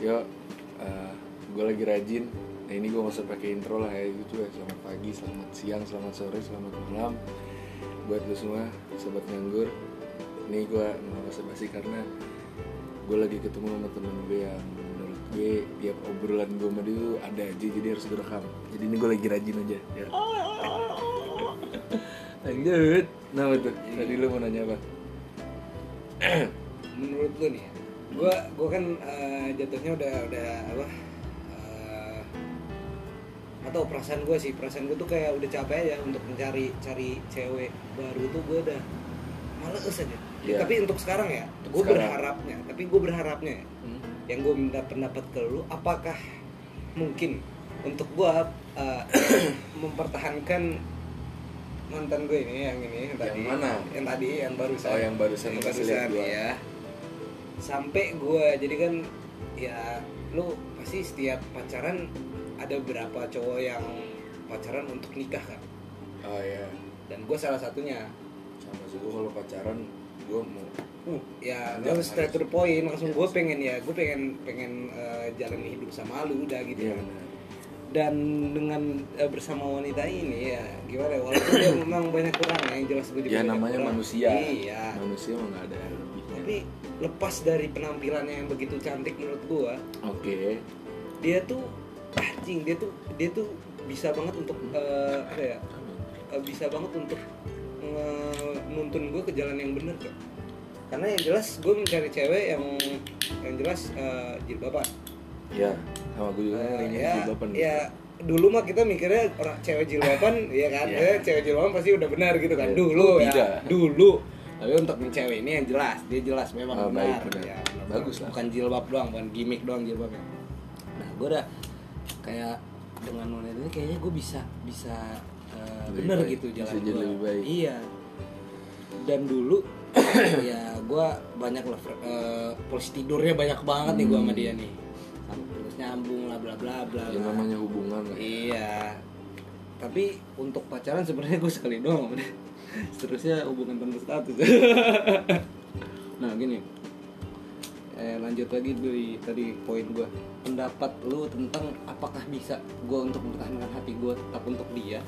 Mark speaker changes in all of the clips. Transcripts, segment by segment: Speaker 1: Yo, gue lagi rajin. Nah ini gue usah pakai intro lah ya gitu ya. Selamat pagi, selamat siang, selamat sore, selamat malam. Buat lo semua, sobat nganggur. Ini gue mau basa-basi karena gue lagi ketemu sama temen gue yang menurut gue tiap obrolan gue sama dia tuh ada aja jadi harus gue rekam. Jadi ini gue lagi rajin aja. Ya. Lanjut. Nah betul. Tadi lo mau nanya apa?
Speaker 2: menurut lu nih ya, gua gua kan eh, jatuhnya udah udah apa eh, atau perasaan gua sih perasaan gua tuh kayak udah capek ya untuk mencari cari cewek baru tuh gua udah males aja
Speaker 1: Iya.
Speaker 2: tapi untuk sekarang ya
Speaker 1: Untuk
Speaker 2: gua
Speaker 1: sekarang. Hmm.
Speaker 2: berharapnya tapi gua berharapnya ya, yang gua minta pendapat ke lu apakah mungkin untuk gua eh, mempertahankan mantan gue ini yang ini yang
Speaker 1: Yang
Speaker 2: tadi
Speaker 1: mana?
Speaker 2: yang tadi yang barusan
Speaker 1: Oh yang barusan
Speaker 2: yang
Speaker 1: kasih lihat
Speaker 2: barusan
Speaker 1: gue.
Speaker 2: ya sampai gua jadi kan ya lu pasti setiap pacaran ada berapa cowok yang pacaran untuk nikah kan
Speaker 1: Oh ya.
Speaker 2: dan gue salah satunya
Speaker 1: sama sih gue kalau pacaran gue mau uh,
Speaker 2: ya
Speaker 1: Jangan
Speaker 2: gue straight to the point langsung gue pengen ya gue pengen pengen eh, jalani hidup sama lu udah gitu
Speaker 1: iya
Speaker 2: kan.
Speaker 1: benar
Speaker 2: dan dengan eh, bersama wanita ini ya gimana ya, walaupun dia memang banyak kurang yang jelas gue juga
Speaker 1: ya
Speaker 2: banyak
Speaker 1: namanya
Speaker 2: kurang.
Speaker 1: manusia
Speaker 2: iya
Speaker 1: manusia mah nggak ada lebihnya
Speaker 2: tapi lepas dari penampilannya yang begitu cantik menurut gue
Speaker 1: oke
Speaker 2: dia tuh anjing dia tuh dia tuh bisa banget untuk eh, apa ya eh, bisa banget untuk nge- nuntun gue ke jalan yang bener kok karena yang jelas gue mencari cewek yang yang jelas eh, jilbaban
Speaker 1: ya sama gue juga
Speaker 2: Eh,
Speaker 1: kan ini
Speaker 2: ya,
Speaker 1: jilbaban
Speaker 2: ya dulu mah kita mikirnya orang cewek jilbaban ya kan
Speaker 1: Iya.
Speaker 2: Eh, cewek jilbaban pasti udah benar gitu kan
Speaker 1: Iya.
Speaker 2: dulu ya
Speaker 1: Tidak.
Speaker 2: dulu tapi untuk yang cewek ini yang jelas dia jelas memang
Speaker 1: Oh,
Speaker 2: benar
Speaker 1: baik, benar.
Speaker 2: ya, benar.
Speaker 1: Bagus lah.
Speaker 2: bukan jilbab doang bukan gimmick doang jilbabnya nah gue udah kayak dengan wanita ini kayaknya gue bisa bisa eh,
Speaker 1: Lebih
Speaker 2: bener
Speaker 1: baik.
Speaker 2: gitu
Speaker 1: Bisa
Speaker 2: jalan
Speaker 1: jadi
Speaker 2: gua.
Speaker 1: lebih baik.
Speaker 2: iya dan dulu ya gue banyak lah eh, polisi tidurnya banyak banget nih gue sama dia nih Sampai terus nyambung lah bla bla bla
Speaker 1: Hmm. ya
Speaker 2: bla.
Speaker 1: namanya hubungan lah
Speaker 2: Iya. Tapi untuk pacaran sebenarnya gue sekali doang. Seterusnya hubungan tanpa status. nah gini. Eh, lanjut lagi dari tadi poin gue. Pendapat lu tentang apakah bisa gue untuk mempertahankan hati gue tetap untuk dia?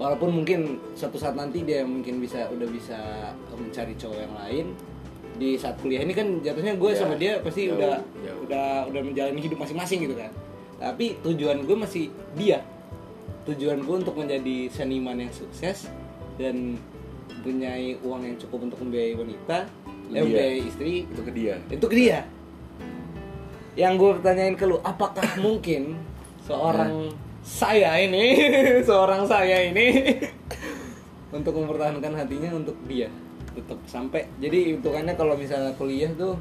Speaker 2: Walaupun mungkin suatu saat nanti dia mungkin bisa udah bisa eh, mencari cowok yang lain di saat kuliah ini kan jatuhnya gue
Speaker 1: Ya,
Speaker 2: sama dia pasti
Speaker 1: jauh,
Speaker 2: udah
Speaker 1: jauh.
Speaker 2: udah udah menjalani hidup masing-masing gitu kan tapi tujuan gue masih dia tujuan gue untuk menjadi seniman yang sukses dan mempunyai uang yang cukup untuk membiayai wanita
Speaker 1: Itu
Speaker 2: eh,
Speaker 1: dia.
Speaker 2: membiayai istri
Speaker 1: itu ke dia
Speaker 2: itu ke dia yang gue pertanyain ke lu apakah mungkin seorang
Speaker 1: Hmm.
Speaker 2: saya ini seorang saya ini untuk mempertahankan hatinya untuk dia tetap sampai jadi hitungannya kalau misalnya kuliah tuh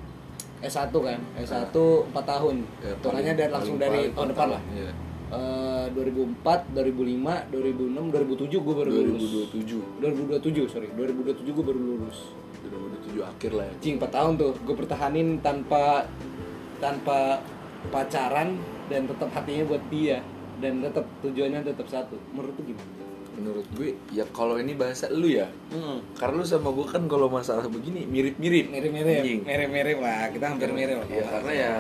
Speaker 2: S1 kan S1 4 tahun
Speaker 1: Ya,
Speaker 2: hitungannya
Speaker 1: paling-
Speaker 2: dan langsung
Speaker 1: paling-
Speaker 2: dari
Speaker 1: paling
Speaker 2: tahun
Speaker 1: empat
Speaker 2: depan
Speaker 1: tahun,
Speaker 2: lah
Speaker 1: iya.
Speaker 2: Eh, 2004 2005 2006 2007 gue baru lulus
Speaker 1: 2027
Speaker 2: 2027 sorry 2027 gue baru lulus
Speaker 1: 2027 akhir lah ya
Speaker 2: Cing 4 tahun tuh gue pertahanin tanpa tanpa pacaran dan tetap hatinya buat dia dan tetap tujuannya tetap satu. Menurut tuh gimana?
Speaker 1: menurut gue ya kalau ini bahasa lu ya karena lu sama gue kan kalau masalah begini mirip-mirip Anjing.
Speaker 2: Mirip-mirip, mirip-mirip lah. Kita hampir mirip lah.
Speaker 1: ya karena ya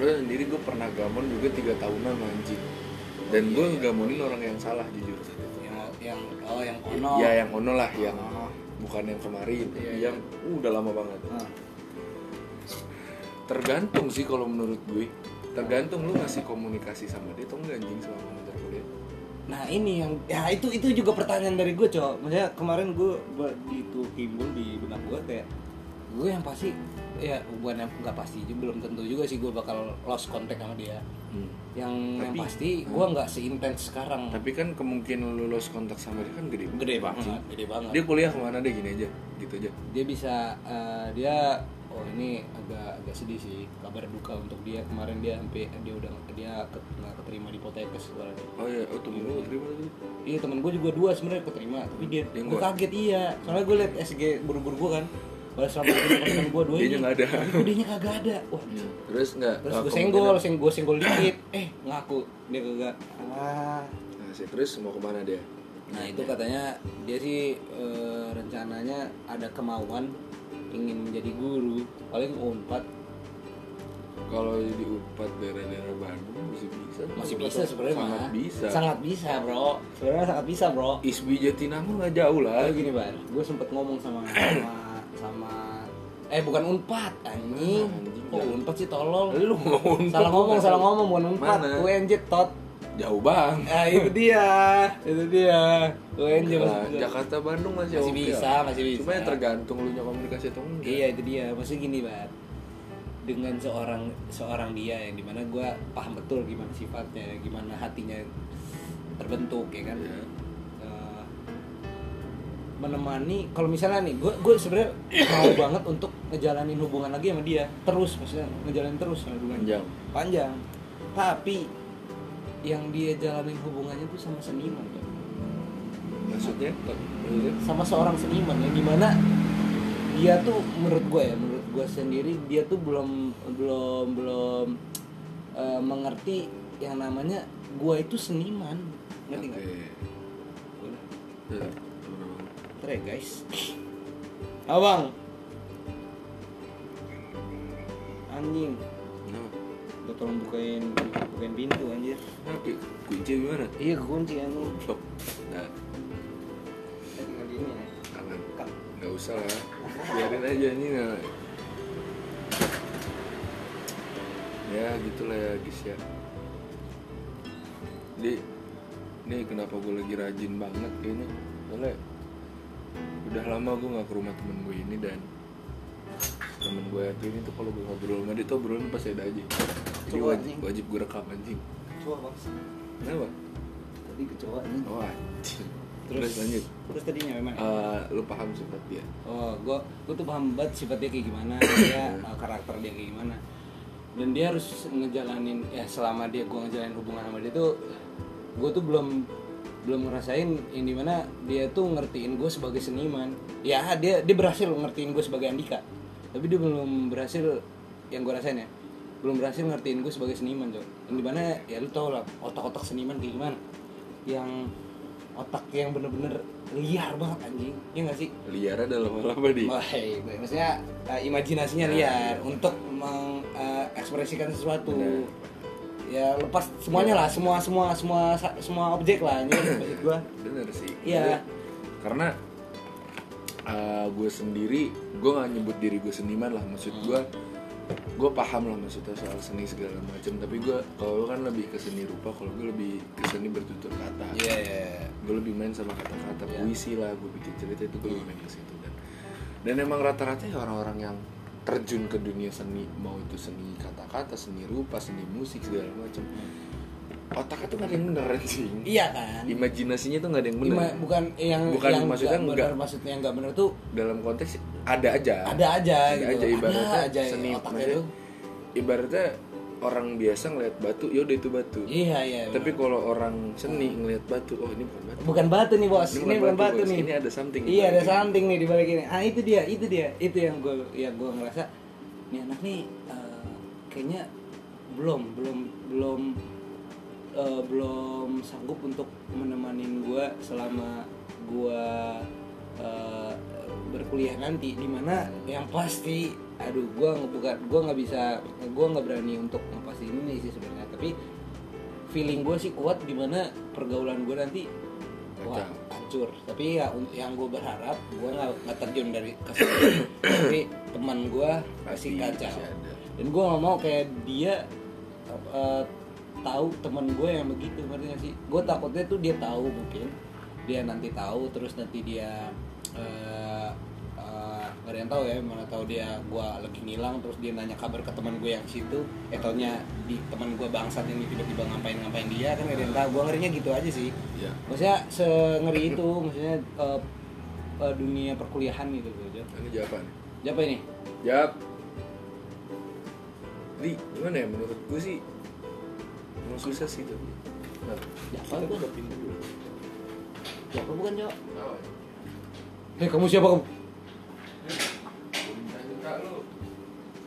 Speaker 1: lu sendiri gue pernah gamon juga tiga tahunan sama anjing dan gue
Speaker 2: Iya.
Speaker 1: gamonin orang yang salah jujur
Speaker 2: yang yang oh yang ono.
Speaker 1: ya yang ono lah yang
Speaker 2: Oh.
Speaker 1: bukan yang kemarin
Speaker 2: Iya,
Speaker 1: yang uh, udah lama banget
Speaker 2: Ah.
Speaker 1: tergantung sih kalau menurut gue tergantung lu ngasih komunikasi sama dia atau enggak anjing selama mengajar kuliah
Speaker 2: Nah ini yang ya itu itu juga pertanyaan dari gue cowok. Maksudnya kemarin gue ber- itu timbul di benak gue kayak gue yang pasti ya bukan yang nggak pasti belum tentu juga sih gue bakal lost contact sama dia. Yang yang
Speaker 1: Tapi-
Speaker 2: pasti gue nggak seintens sekarang.
Speaker 1: Hmm. tapi kan kemungkinan lu lost kontak sama dia kan gede Hmm.
Speaker 2: gede banget, gede banget.
Speaker 1: dia kuliah kemana deh gini aja gitu aja
Speaker 2: Dia bisa eh, dia oh ini agak agak sedih sih kabar duka untuk dia kemarin dia sampai dia udah dia ke- nggak keterima di Poltekkes soalnya.
Speaker 1: oh iya oh tunggu gue terima dulu
Speaker 2: Iya temen gue juga dua sebenarnya keterima tapi dia
Speaker 1: Yang
Speaker 2: gue
Speaker 1: gua?
Speaker 2: kaget iya soalnya gue liat SG buru-buru gue kan balas sama temen gue dua
Speaker 1: Dianya
Speaker 2: ini
Speaker 1: nggak ada. Iya.
Speaker 2: Tapi dianya kagak ada wah
Speaker 1: terus enggak
Speaker 2: Iya. terus gue senggol seng gue senggol dikit eh ngaku dia kagak ah
Speaker 1: Nah, sih, terus mau kemana dia?
Speaker 2: nah
Speaker 1: Iya.
Speaker 2: itu katanya dia sih eh, rencananya ada kemauan ingin menjadi guru paling unpad
Speaker 1: kalau jadi upat daerah-daerah Bandung masih bisa
Speaker 2: Masih bisa sebenarnya
Speaker 1: sangat
Speaker 2: mah.
Speaker 1: bisa
Speaker 2: Sangat bisa, Bro. Sebenarnya sangat bisa, Bro.
Speaker 1: Isbi Jatinangor nggak jauh lah
Speaker 3: Kayak gini bar, gue sempet ngomong sama sama, sama
Speaker 2: Eh, bukan Unpad, anjing.
Speaker 1: Nah, Anjing,
Speaker 2: Kok
Speaker 1: jangan.
Speaker 2: Unpad sih tolol?
Speaker 1: lu ngomong
Speaker 2: Salah ngomong, salah ngomong, bukan Unpad.
Speaker 1: Mana?
Speaker 2: UNJ tot.
Speaker 1: jauh bang
Speaker 2: Ah, itu dia. Itu dia. UNJ
Speaker 1: Lah,
Speaker 2: maksud gua.
Speaker 1: Jakarta Bandung masih,
Speaker 2: Masih
Speaker 1: oke
Speaker 2: bisa,
Speaker 1: lah.
Speaker 2: masih bisa.
Speaker 1: cuma ya tergantung lu nya komunikasi atau enggak
Speaker 2: Iya itu dia. Maksudnya gini Bar dengan seorang seorang dia yang dimana gue paham betul gimana sifatnya, gimana hatinya terbentuk ya kan.
Speaker 1: Iya.
Speaker 2: Eh, menemani kalau misalnya nih gue gue sebenarnya mau banget untuk ngejalanin hubungan lagi sama dia terus maksudnya ngejalanin terus hubungannya
Speaker 1: panjang
Speaker 2: panjang tapi yang dia jalanin hubungannya tuh sama seniman Bar.
Speaker 1: maksudnya maksudnya
Speaker 2: sama seorang seniman yang dimana dia tuh menurut gue ya menurut gue sendiri dia tuh belum belum belum eh, mengerti yang namanya gue itu seniman ngerti nggak
Speaker 1: Oke.
Speaker 2: Udah.
Speaker 1: Ya.
Speaker 2: Ntar ya, guys abang anjing
Speaker 1: Kenapa?
Speaker 3: Udah tolong bukain bukain pintu anjir.
Speaker 1: Tapi kunci gimana?
Speaker 2: iya kunci anjing
Speaker 1: Blok. Nah,
Speaker 3: Tinggal di ini ya.
Speaker 1: aman. Nggak usah lah. Biarin aja ini. Nah. Ya gitulah ya guys ya. Jadi, nih kenapa gue lagi rajin banget ini? Soalnya udah lama gue nggak ke rumah temen gue ini dan temen gue yang ini tuh kalau gue ngobrol sama dia tuh obrolan pas ada aja. Jadi
Speaker 3: Coba,
Speaker 1: wajib,
Speaker 3: anjing.
Speaker 1: wajib gue rekam anjing.
Speaker 3: Coba bang.
Speaker 1: Kenapa?
Speaker 3: Tadi kecoa anjing.
Speaker 1: Oh anjing.
Speaker 2: terus
Speaker 1: Terus lanjut.
Speaker 3: Terus tadi nyampe mana?
Speaker 1: Eh, lu paham sifat dia.
Speaker 2: Oh, gua gua tuh paham banget sifatnya kayak gimana, dia uh, karakter dia kayak gimana. Dan dia harus ngejalanin ya selama dia gua ngejalanin hubungan sama dia tuh gua tuh belum belum ngerasain yang dimana dia tuh ngertiin gue sebagai seniman. Ya dia dia berhasil ngertiin gue sebagai Andika, tapi dia belum berhasil yang gue rasain ya belum berhasil ngertiin gue sebagai seniman tuh yang dimana ya lu tau lah otak-otak seniman kayak gimana yang otak yang bener-bener liar banget anjing ya gak sih
Speaker 1: Liara dalam hal apa di?
Speaker 2: Wah, iya, gue. maksudnya uh, imajinasinya
Speaker 1: Iya,
Speaker 2: liar untuk mengekspresikan sesuatu.
Speaker 1: Benar.
Speaker 2: Ya lepas semuanya lah, semua semua semua sa- semua objek lah ini maksud gua.
Speaker 1: Bener sih.
Speaker 2: Iya.
Speaker 1: Karena eh, gue sendiri, gue nggak nyebut diri gue seniman lah. Maksud
Speaker 2: Hmm.
Speaker 1: gue, gue paham lah maksudnya soal seni segala macam. Tapi gue, kalau lu kan lebih ke seni rupa, kalau gue lebih ke seni bertutur kata.
Speaker 2: Iya. iya, iya.
Speaker 1: gue lebih main sama kata-kata
Speaker 2: Iya.
Speaker 1: puisi lah gue bikin cerita itu gue lebih main ke situ dan dan emang rata-rata ya orang-orang yang terjun ke dunia seni mau itu seni kata-kata seni rupa seni musik segala macam otaknya tuh gak ada yang bener anjing
Speaker 2: Iya kan?
Speaker 1: imajinasinya tuh gak ada yang bener
Speaker 2: Ima- bukan yang
Speaker 1: Bukan,
Speaker 2: yang
Speaker 1: maksudnya
Speaker 2: nggak
Speaker 1: enggak.
Speaker 2: benar, maksudnya yang nggak bener tuh
Speaker 1: dalam konteks ada aja
Speaker 2: ada aja
Speaker 1: ada
Speaker 2: gitu.
Speaker 1: aja ibaratnya
Speaker 2: ada aja
Speaker 1: seni
Speaker 2: otaknya
Speaker 1: maksudnya
Speaker 2: tuh.
Speaker 1: ibaratnya orang biasa ngeliat batu yaudah itu batu
Speaker 2: Iya, iya.
Speaker 1: tapi
Speaker 2: benar.
Speaker 1: kalau orang seni ngeliat batu oh ini bukan batu
Speaker 2: bukan batu nih, Bos.
Speaker 1: Ini
Speaker 2: Ini,
Speaker 1: bukan
Speaker 2: bukan
Speaker 1: batu,
Speaker 2: batu,
Speaker 1: Bos.
Speaker 2: nih.
Speaker 1: Ini ada something di
Speaker 2: Iya, ada
Speaker 1: balik ini.
Speaker 2: something nih di balik ini. Ah, itu dia, itu dia. Itu yang gue ya gue ngerasa nih anak nih eh, kayaknya belum belum belum eh, belum sanggup untuk menemani gue selama gue eh, berkuliah nanti dimana yang pasti aduh gue bukan gue nggak bisa gue nggak berani untuk ngepastiin ini sih sebenarnya tapi feeling gue sih kuat dimana pergaulan gue nanti wah
Speaker 1: Kacau.
Speaker 2: hancur tapi ya un- yang gue berharap gue nggak nggak terjun dari ke situ. tapi teman gue
Speaker 1: Pasti,
Speaker 2: pasti kacau
Speaker 1: pasti ada.
Speaker 2: dan gue nggak mau kayak dia eh, tahu teman gue yang begitu ngerti gak sih gue takutnya tuh dia tahu mungkin dia nanti tahu terus nanti dia eh eh, nggak ada yang tahu ya mana tahu dia gue lagi ngilang terus dia nanya kabar ke teman gue yang situ eh taunya di teman gue bangsat ini tiba-tiba ngapain ngapain dia kan nggak ada yang tahu gue ngerinya gitu aja sih
Speaker 1: ya
Speaker 2: maksudnya sengeri itu maksudnya eh, eh, dunia perkuliahan gitu gitu
Speaker 1: ini jawaban
Speaker 2: siapa ini
Speaker 1: Jawab. Di, gimana ya menurut gue sih emang susah sih tuh. Nah,
Speaker 2: Jawab gua.
Speaker 1: buka pintu dulu.
Speaker 2: siapa bukan jawab
Speaker 1: Tahu ya?
Speaker 2: eh kamu siapa kamu
Speaker 1: Gua minta-minta lu.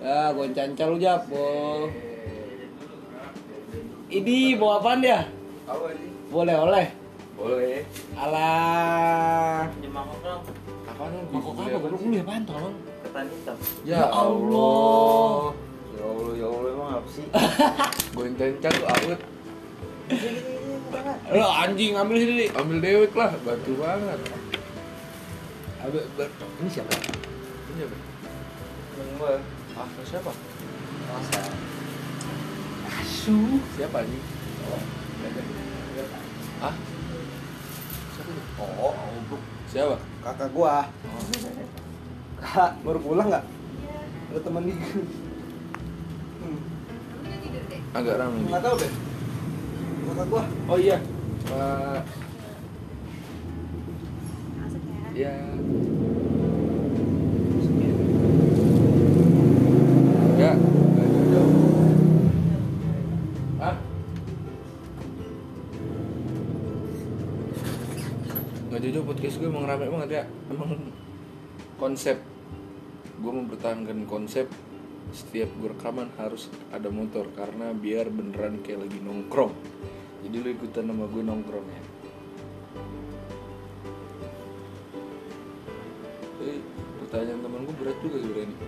Speaker 2: Ya, goncanca lu jap, Bo.
Speaker 1: Oh. Eh,
Speaker 2: Ini bawa apaan dia?
Speaker 1: Tahu aja.
Speaker 2: Boleh oleh.
Speaker 1: Boleh.
Speaker 2: Alah.
Speaker 4: Pinjam mangkok dong,
Speaker 1: Apa lu?
Speaker 2: Mangkok apa? Lu beli apaan tolong?
Speaker 4: ketan hitam.
Speaker 1: Ya Allah.
Speaker 4: Ya Allah, ya Allah emang apa sih?
Speaker 1: Gue tencan tuh awet
Speaker 4: Bisa gini-gini bukan lah.
Speaker 2: Lo anjing ambil sini.
Speaker 1: Ambil dewek lah, batu banget Abis, ber- ini siapa? Ini siapa?
Speaker 4: Temen gue.
Speaker 1: Ah, siapa?
Speaker 4: Masa.
Speaker 1: Siapa anjing? Oh, ya, Ah? Siapa tuh?
Speaker 4: Oh, obruk.
Speaker 1: Siapa?
Speaker 4: Kakak gua. Kak, baru pulang nggak? Ada teman di. Hmm.
Speaker 1: Agak ramai
Speaker 4: Nggak tahu deh. Kakak gua.
Speaker 1: Oh iya Pak Ya Enggak Enggak jauh-jauh Hah? Nggak jauh-jauh podcast gue emang rame banget ya Emang konsep Gue mempertahankan konsep setiap gue rekaman harus ada motor karena biar beneran kayak lagi nongkrong jadi lu ikutan sama gue nongkrong ya Eh, pertanyaan temen gue berat juga sebenernya nih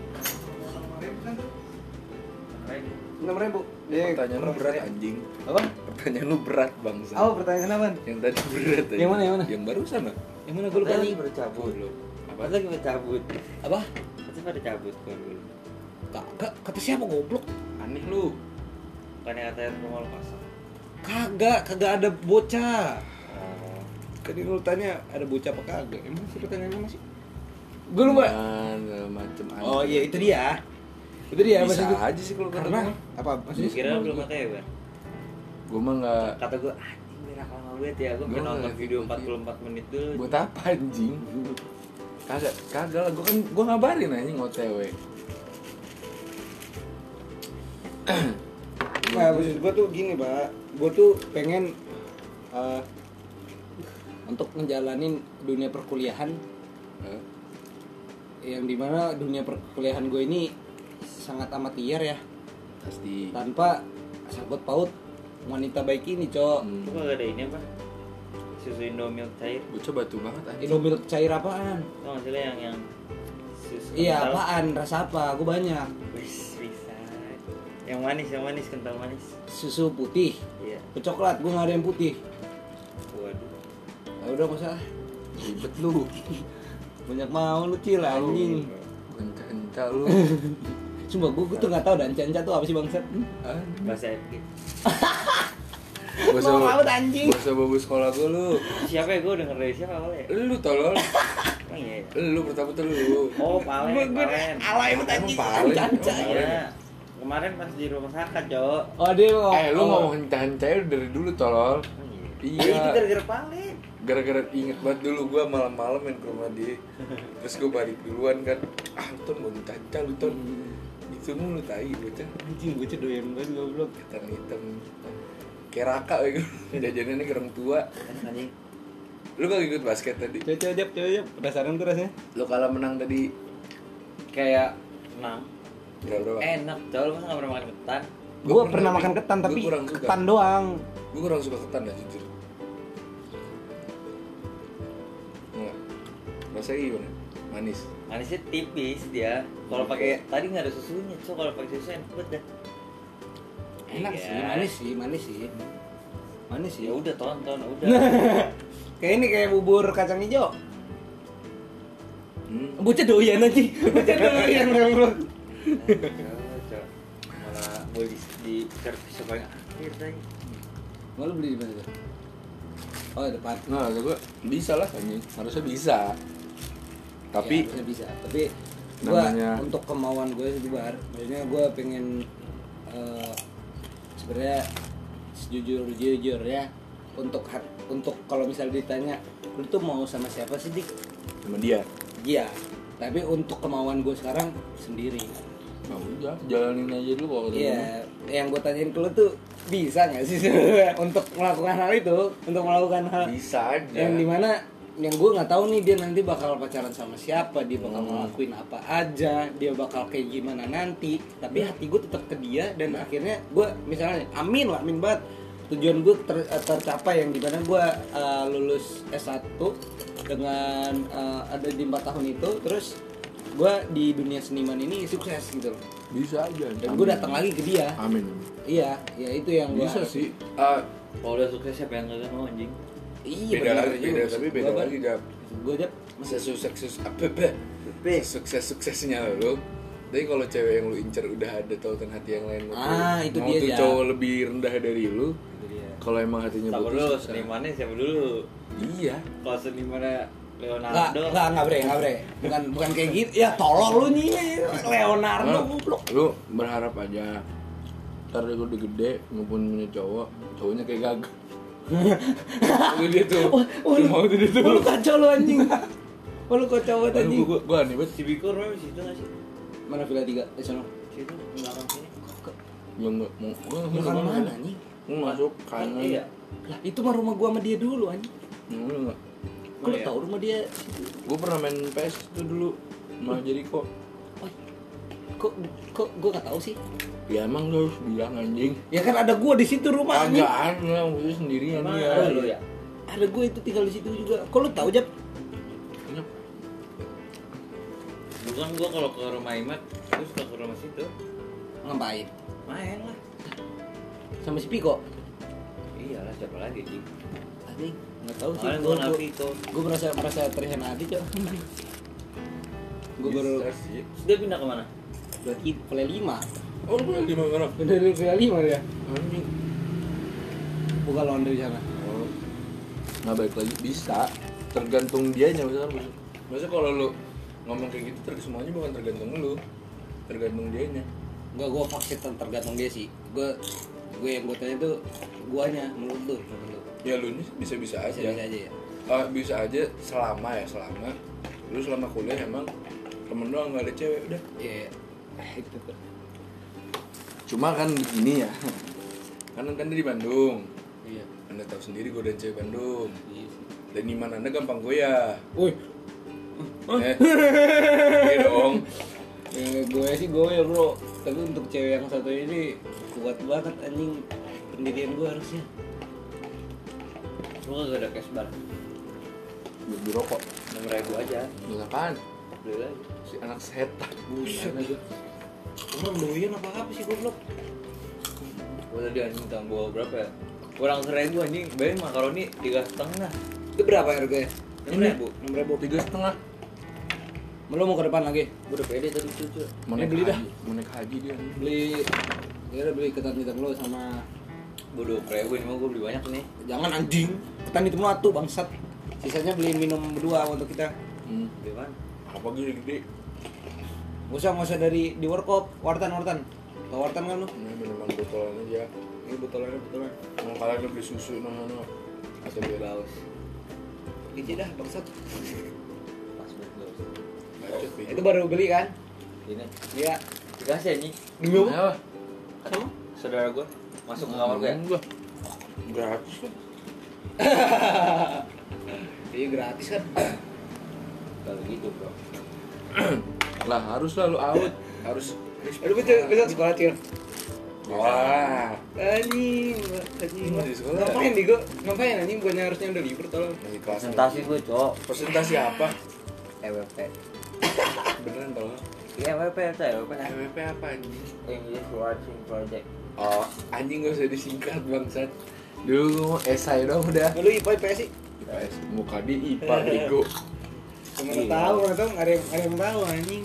Speaker 4: Enam ribu.
Speaker 2: Iya,
Speaker 1: Pertanyaan lu berat anjing
Speaker 4: Apa?
Speaker 1: Pertanyaan lu berat bangsa
Speaker 4: Apa pertanyaan apa?
Speaker 1: Yang tadi berat aja
Speaker 2: Oh, Yang mana, yang mana?
Speaker 1: Yang barusan lah
Speaker 2: Yang mana gue lupa
Speaker 4: Tadi
Speaker 2: lagi?
Speaker 4: bercabut.
Speaker 1: Belum Apa?
Speaker 4: Pas lagi bercabut.
Speaker 2: Apa?
Speaker 4: Pasti pada cabut gua dulu.
Speaker 2: Kagak kata siapa goblok?
Speaker 1: Aneh lu
Speaker 4: Bukan yang katanya rumah lo pasang.
Speaker 2: Kagak, kagak ada bocah.
Speaker 4: Oh.
Speaker 2: Kan ini lu tanya ada bocah apa kagak? Emang sih pertanyaannya masih Gue lupa.
Speaker 1: Mana macem aneh
Speaker 2: Oh iya itu dia. Itu dia
Speaker 1: Bisa
Speaker 2: maksud gua.
Speaker 1: aja sih kalau kata
Speaker 2: Karena
Speaker 1: gua.
Speaker 2: apa? Maksudnya
Speaker 4: Kira lu belum pakai ya, Bar?
Speaker 1: Gue mah gak
Speaker 4: Kata gua anjing merah lama banget ya. Gua
Speaker 1: Gua
Speaker 4: pengen nonton
Speaker 1: nggak
Speaker 4: video
Speaker 1: ngikutin.
Speaker 4: 44 menit dulu.
Speaker 1: Buat apa anjing? Kagak, kagak lah, gue kan gue ngabarin anjing OTW
Speaker 2: Ya,
Speaker 5: Nah, maksud gue tuh gini, Pak. Gue tuh pengen eh,
Speaker 2: untuk menjalani dunia perkuliahan
Speaker 1: Eh,
Speaker 2: yang dimana dunia perkuliahan gue ini sangat amat liar ya
Speaker 1: Pasti
Speaker 2: tanpa sangkut paut wanita baik ini cok
Speaker 1: Hmm.
Speaker 4: Lu kagak ada ini apa? Susu Indomilk cair.
Speaker 1: Gue coba tuh banget anjing
Speaker 2: Indomilk cair apaan?
Speaker 4: Tau nggak sih lo yang yang susu
Speaker 2: Iya
Speaker 4: kental?
Speaker 2: apaan? Rasa apa? Gue banyak
Speaker 4: Wis, bisa. Yang manis, yang manis, kental manis.
Speaker 2: Susu putih
Speaker 4: Iya.
Speaker 2: Coklat, gue gak ada yang putih
Speaker 4: Waduh.
Speaker 2: Ya udah gak usah
Speaker 1: Ribet lu
Speaker 2: Banyak mau lu cil anjing
Speaker 1: Kental lu
Speaker 2: Sumpah gue, tuh gak tau dan canca tuh apa sih bangsat hmm?
Speaker 1: Anjing.
Speaker 4: Bahasa FG.
Speaker 1: Gak usah
Speaker 2: Mau banget, anjing.
Speaker 1: Gak usah bawa sekolah gue lu
Speaker 4: Siapa ya? Gue denger dari siapa awalnya?
Speaker 1: Lu tolol
Speaker 4: Emang iya ya?
Speaker 1: Lu pertama tuh lu
Speaker 4: Oh, Palen, Palen.
Speaker 2: Alay
Speaker 1: Emang
Speaker 2: banget anjing
Speaker 1: paling
Speaker 2: Canca
Speaker 1: Emang paling.
Speaker 4: Iya. Kemarin pas di rumah sakit, Jo.
Speaker 2: Oh dia mau
Speaker 1: Eh lu ngomongin tahan cair dari dulu tolol
Speaker 4: Emang iya. Iya, itu
Speaker 1: Iya
Speaker 4: gara-gara Palen.
Speaker 1: Gara-gara inget banget dulu gue malam-malam main ke rumah dia Terus gue balik duluan kan Ah lu ton gue canca lu ton Itu mulu tai bocah
Speaker 2: Anjing gue doyan banget goblok
Speaker 1: Hitam hitam Kayak raka ya gue Jajanannya kerang tua
Speaker 4: Enak anjing.
Speaker 1: Lu gak ikut basket tadi?
Speaker 2: Coba coba jap, coba jap Penasaran tuh rasanya
Speaker 1: Lu kalah menang tadi
Speaker 4: Kayak enam.
Speaker 1: Berapa?
Speaker 4: Enak, Jo. Lu masa nggak pernah makan ketan?
Speaker 1: Gua
Speaker 2: Gue pernah
Speaker 1: pernah,
Speaker 2: makan
Speaker 1: Bi.
Speaker 2: ketan
Speaker 1: Gua
Speaker 2: tapi
Speaker 1: kurang suka.
Speaker 2: ketan doang
Speaker 1: Gue kurang suka ketan ya jujur Enggak Rasanya gimana? Manis
Speaker 4: Manisnya tipis dia. Kalau
Speaker 2: Iya.
Speaker 4: pakai tadi nggak ada susunya, so kalau pakai susu enak banget dah.
Speaker 2: Enak
Speaker 4: Iya.
Speaker 2: sih, manis sih, manis sih Manis sih
Speaker 4: Ya udah tonton, udah.
Speaker 2: Kayak ini kayak bubur kacang hijau
Speaker 1: hmm.
Speaker 2: Bocah doyan aja Bocah doyan goblok
Speaker 4: Jo. Malah gue di, di servis yang paling akhir tadi.
Speaker 2: Mau lu beli di mana tuh? Oh depan.
Speaker 1: Nah kata gua bisa lah anjing Harusnya bisa
Speaker 2: Ya,
Speaker 1: Tapi
Speaker 2: harusnya Ya, bisa. Tapi gua
Speaker 1: Namanya-
Speaker 2: untuk kemauan gue sejubar, maksudnya gue pengen eh, sebenarnya sejujur jujur ya untuk har- untuk kalau misalnya ditanya lu tuh mau sama siapa sih dik?
Speaker 1: sama dia
Speaker 2: Iya. Tapi untuk kemauan gue sekarang sendiri.
Speaker 1: Nah udah jalanin aja dulu kalau kata gua.
Speaker 2: Iya. Yang gue tanyain ke lu tuh bisa nggak sih sebenarnya untuk melakukan hal itu, untuk melakukan hal
Speaker 1: Bisa aja
Speaker 2: yang dimana yang gue nggak tahu nih dia nanti bakal pacaran sama siapa dia bakal
Speaker 1: Hmm.
Speaker 2: ngelakuin apa aja dia bakal kayak gimana nanti
Speaker 1: Hmm.
Speaker 2: tapi hati gue tetap ke dia dan akhirnya gue misalnya amin lah amin banget tujuan gue ter- eh, tercapai yang dimana gue eh, lulus S1 dengan eh, ada di 4 tahun itu terus gue di dunia seniman ini sukses gitu loh
Speaker 1: bisa aja
Speaker 2: dan gue datang lagi ke dia
Speaker 1: amin
Speaker 2: iya ya itu yang gue
Speaker 1: bisa sih Ah,
Speaker 4: Kalau udah sukses siapa yang kagak mau anjing?
Speaker 2: iya
Speaker 1: beda lagi beda tapi beda lagi jam
Speaker 2: gue aja kan, masih
Speaker 1: sesukses apa apa sukses suksesnya lo tapi kalau cewek yang lu incer udah ada tautan hati yang lain mau tuh-
Speaker 2: Ah, itu
Speaker 1: mau
Speaker 2: dia,
Speaker 1: tuh
Speaker 2: Jam.
Speaker 1: cowok lebih rendah dari lu
Speaker 2: dia.
Speaker 1: kalau emang hatinya
Speaker 4: Sabar
Speaker 1: putus
Speaker 4: dulu,
Speaker 1: susah.
Speaker 4: senimannya siapa dulu?
Speaker 1: iya
Speaker 4: Kalau senimannya
Speaker 2: Nggak,
Speaker 4: Leonardo
Speaker 2: nggak, nggak bre, nggak bre Bukan, bukan kayak gitu Ya tolong lu nih, Leonardo
Speaker 1: Nah,
Speaker 2: goblok
Speaker 1: lu berharap aja ntar lu udah gede maupun punya cowok cowoknya kayak gagak itu dia tuh
Speaker 2: Wah, wah, lu-
Speaker 1: mau tuh dia tuh
Speaker 2: wah, lu kacau lu anjing Wah lu kacau banget
Speaker 1: Aduh,
Speaker 2: anjing
Speaker 1: gua, gua aneh banget
Speaker 4: Si Biko rumahnya di situ nggak sih?
Speaker 2: Mana Villa 3? Eh, sono
Speaker 4: Situ, belakang sini
Speaker 1: yang nggak mau gua nggak
Speaker 2: Belakang
Speaker 1: mau
Speaker 2: mana anjing?
Speaker 1: Lu masuk kanan
Speaker 4: Kan, Iya
Speaker 2: Lah itu mah rumah gua sama dia dulu anjing
Speaker 1: Hmm, lu nggak
Speaker 2: Gua
Speaker 4: Oh,
Speaker 2: udah
Speaker 4: iya.
Speaker 2: tau rumah dia
Speaker 1: gua pernah main PS itu dulu mah jadi kok
Speaker 2: Wah, Kok, kok gua nggak tahu sih
Speaker 1: ya emang lu harus bilang anjing
Speaker 2: Ya kan ada gua di situ rumah anjing
Speaker 1: agak aneh lu sendirian
Speaker 4: Emang
Speaker 1: ya
Speaker 4: ada lu ya?
Speaker 2: Ada gua itu tinggal di situ juga Kok lu tau Jap?
Speaker 1: Nyep.
Speaker 4: Bukan gua kalau ke rumah Imat Terus ke rumah situ
Speaker 2: Ngapain?
Speaker 4: Main lah
Speaker 2: Sama si Piko?
Speaker 4: Iya lah, siapa lagi anjing
Speaker 2: Anjing, nggak tahu sih
Speaker 4: Kemarin
Speaker 2: gua-
Speaker 4: gua
Speaker 2: gua-
Speaker 4: napi tuh
Speaker 2: gue merasa merasa terhina hati cok gue baru
Speaker 1: Bisa sih.
Speaker 4: Dia pindah kemana?
Speaker 2: udah hit play lima
Speaker 1: iya. oh lu lagi main orang
Speaker 2: udah dari play lima ya
Speaker 1: anjing
Speaker 2: buka lawan dari sana
Speaker 1: Oh. Nah balik lagi bisa tergantung dianya misalnya maksud- maksudnya kalau lu ngomong kayak gitu terus semuanya bukan tergantung lu tergantung dianya
Speaker 2: enggak gue vaksin tergantung dia sih gue gue yang gue tanya tuh guanya menurut lu menurut lu
Speaker 1: ya lu ini bisa bisa
Speaker 2: bisa
Speaker 1: aja
Speaker 2: bisa aja ya
Speaker 1: Ah, bisa aja selama ya selama lu selama kuliah emang temen lu nggak ada cewek udah
Speaker 2: iya iya. itu tuh
Speaker 1: cuma kan begini ya kan kan dia di Bandung
Speaker 2: iya
Speaker 1: anda tahu sendiri godain cewek Bandung
Speaker 2: iya sih
Speaker 1: dan iman anda gampang goyah
Speaker 2: woi
Speaker 1: eh, iya dong
Speaker 2: eh, gue sih gue ya bro tapi untuk cewek yang satu ini kuat banget anjing pendirian gue harusnya
Speaker 4: Gua kagak ada cash bar
Speaker 1: buat beli rokok
Speaker 4: 6 ribu aja
Speaker 1: Buat apaan
Speaker 4: Beli lagi
Speaker 1: si anak setan
Speaker 2: buset orang doyan apa apa sih goblok
Speaker 4: Gua tadi anjing utang gua berapa ya? Kurang seribu anjing, bayar makaroni tiga setengah
Speaker 2: itu berapa harganya
Speaker 4: Enam ribu
Speaker 2: enam ribu
Speaker 1: tiga setengah
Speaker 2: Lo mau ke depan lagi?
Speaker 4: Gua udah pede tadi cucu
Speaker 1: mau
Speaker 2: Ini
Speaker 1: naik
Speaker 2: beli
Speaker 1: haji
Speaker 2: dah.
Speaker 1: mau naik haji dia
Speaker 2: Beli Ya udah beli ketan hitam lo sama
Speaker 4: Gua dua ribu ini mah gua beli banyak nih
Speaker 2: Jangan anjing Ketan hitam lo atuh bangsat Sisanya beli minum berdua untuk kita
Speaker 1: hmm.
Speaker 4: Beli mana?
Speaker 1: apa gini gede
Speaker 2: Gak usah, gak usah dari di workshop Wartan, wartan Tau wartan kan lo?
Speaker 1: ini minuman botolan aja
Speaker 2: Ini botolannya, botolan
Speaker 1: mau kalian udah beli susu nah nah nah. atau beli
Speaker 4: Baus
Speaker 2: Gitu dah bangsat
Speaker 4: Pas buat baus
Speaker 1: bacot
Speaker 2: Itu baru beli kan?
Speaker 4: Ini
Speaker 2: Iya
Speaker 4: Dikasih anjing
Speaker 1: bingung
Speaker 2: Sama?
Speaker 4: Saudara gua Masuk ke kamar gua ya
Speaker 1: gua gratis kan
Speaker 2: Iya gratis kan?
Speaker 4: Kalau gitu bro
Speaker 1: lah harus lah lu out harus
Speaker 2: Aduh besok, besok sekolah cil
Speaker 1: Iya. wah
Speaker 2: Anjing, anjing
Speaker 1: Hmm, di sekolah.
Speaker 2: Ngapain di gua? Ngapain anjing? Bukannya harusnya udah libur tolong
Speaker 1: Lagi kelas
Speaker 4: Presentasi gua cowok
Speaker 1: presentasi apa
Speaker 4: EWP
Speaker 1: beneran tolong
Speaker 4: Iya EWP itu EWP kan
Speaker 1: MWP apa anjing
Speaker 4: English Watching Project
Speaker 1: oh anjing gak usah disingkat bangsat dulu esai dong udah
Speaker 2: Lu IPA IPS sih?
Speaker 1: IPS muka di IPA bego
Speaker 2: Mana tahu, mana tahu nggak ada yang ada yang tahu anjing.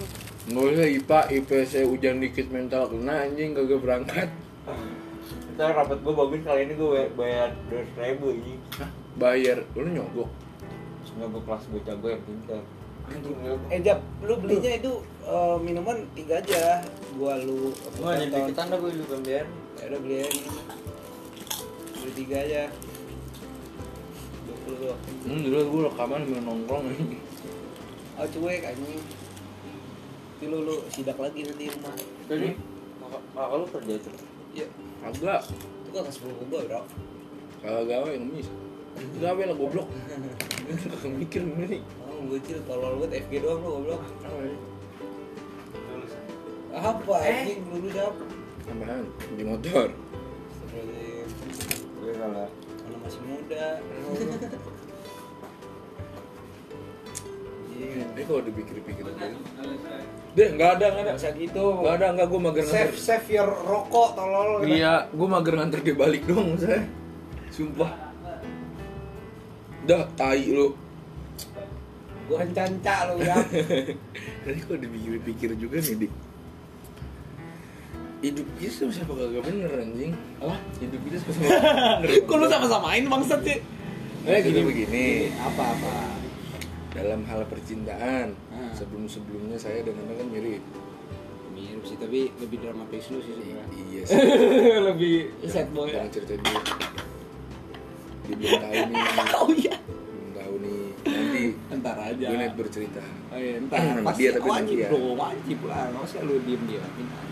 Speaker 1: Nggak usah IPA, IPS hujan dikit mental kena anjing kagak berangkat
Speaker 4: Ntar rapat gua bagus kali ini gua bay- bayar 200 ribu anjing
Speaker 1: Bayar, lu nyogok
Speaker 4: Nggak gua kelas bocah gua yang pintar
Speaker 2: Eh Jap, lu belinya itu eh, minuman tiga aja. Gua lu
Speaker 4: Nggak jadi
Speaker 2: Penton.
Speaker 4: dikitan dah gua juga biar
Speaker 2: Ya udah beli aja. Beli tiga aja. 20 doang.
Speaker 1: Hmm, dulu gue rekaman sambil nongkrong
Speaker 2: Oh cuek anjing. Nanti lu lu sidak lagi nanti di rumah.
Speaker 4: Jadi kakak lu kerja itu
Speaker 2: Ya,
Speaker 1: Agak,
Speaker 2: itu kan sepuluh gua bro.
Speaker 1: kalau gawe ngemis Gawe lah goblok Kagak mikir bener nih
Speaker 2: Oh gue cil, tolol banget FG doang lu goblok.
Speaker 4: Lulusan
Speaker 2: Apa anjing lulus apa?
Speaker 1: Apaan? Di motor
Speaker 2: Astagfirullahaladzim.
Speaker 4: Gue kalah
Speaker 2: Kalau masih muda.
Speaker 1: Iya,
Speaker 2: Iya,
Speaker 1: Iya. Eh kalau dipikir-pikir lagi.
Speaker 4: Deh, nggak ada, nggak ada. Saat
Speaker 2: gitu.
Speaker 4: itu. Nggak ada, nggak gue mager
Speaker 6: Save
Speaker 4: nganter.
Speaker 6: save your rokok tolol.
Speaker 1: Iya, gue mager nganter dia balik dong saya. Sumpah. Dah, tai lu.
Speaker 6: Gua
Speaker 2: kan
Speaker 6: canca lu ya.
Speaker 1: Tapi kalau dipikir-pikir juga nih, Dik. Hidup kita sama siapa kagak bener anjing Apa? Hidup kita sama siapa bener
Speaker 2: Kok lu sama-samain bangsat sih?
Speaker 1: Eh gini begini
Speaker 2: Apa-apa?
Speaker 1: Dalam hal percintaan
Speaker 2: Ah.
Speaker 1: Sebelum-sebelumnya saya dan anda kan mirip
Speaker 2: Mirip sih, tapi lebih dramatis lu sih sebenarnya.
Speaker 1: I- Iya sih
Speaker 2: lebih sad boy.
Speaker 1: Jangan cerita dulu Dia belum tahu nih
Speaker 2: Oh iya.
Speaker 1: Belum tahu nih Nanti
Speaker 2: Ntar aja.
Speaker 1: gue net bercerita
Speaker 2: Oh iya, ntar.
Speaker 1: Sama
Speaker 2: Pasti
Speaker 1: dia, tapi sama
Speaker 2: wajib
Speaker 1: dia.
Speaker 2: dong, wajib lah. Masa lu diem-diemin aja.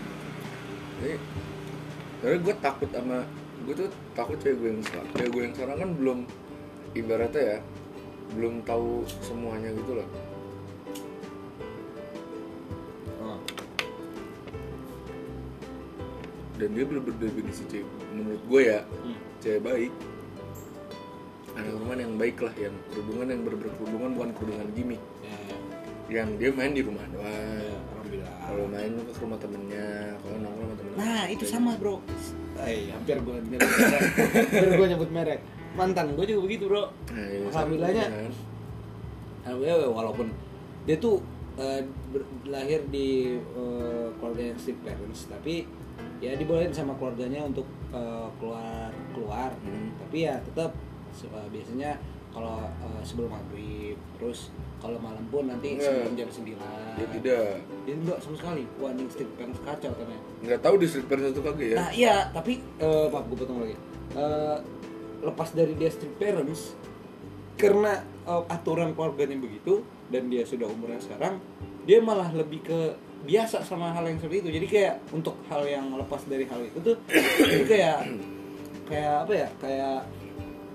Speaker 1: Jadi Karena gue takut sama Gue tuh takut cewek gue yang sekarang Cewek gue yang sekarang kan belum Ibaratnya ya Belum tahu semuanya gitu loh
Speaker 2: Oh.
Speaker 1: Dan dia belum berdefinisi cewek Menurut gue ya Cewek baik Anak rumahan yang baik lah Yang kerudungan yang berberkerudungan Bukan kerudungan gimmick
Speaker 2: Ya, ya.
Speaker 1: Yang dia main di rumah doang
Speaker 2: Ya, orang bilang.
Speaker 1: kalau main lu ke rumah temennya kalau nongkrong sama temennya
Speaker 2: Nah itu sama bro Eh hampir gue nyebut merek Hampir gue nyebut merek Mantan gue juga begitu bro
Speaker 1: Nah, iya,
Speaker 2: Alhamdulillahnya
Speaker 1: sama kan.
Speaker 2: Alhamdulillah walaupun Dia tuh eh, ber- lahir di eh, keluarga yang strict parents Tapi ya dibolehin sama keluarganya untuk eh, keluar keluar
Speaker 1: Hmm.
Speaker 2: tapi ya tetap se- eh, biasanya kalau eh, sebelum maghrib terus kalau malam pun nanti
Speaker 1: Enggak.
Speaker 2: sebelum jam 9
Speaker 1: Iya. dia Ya, tidak
Speaker 2: dia enggak sama sekali wah ini strict parents kacau ternyata
Speaker 1: nggak tahu di street person itu kagak ya
Speaker 2: Nah iya, tapi eh maaf gue potong lagi. Eh, lepas dari dia strict parents, karena eh, aturan keluarganya begitu dan dia sudah umurnya sekarang, dia malah lebih ke biasa sama hal yang seperti itu. Jadi kayak untuk hal yang lepas dari hal itu tuh, jadi kayak kayak apa ya? Kayak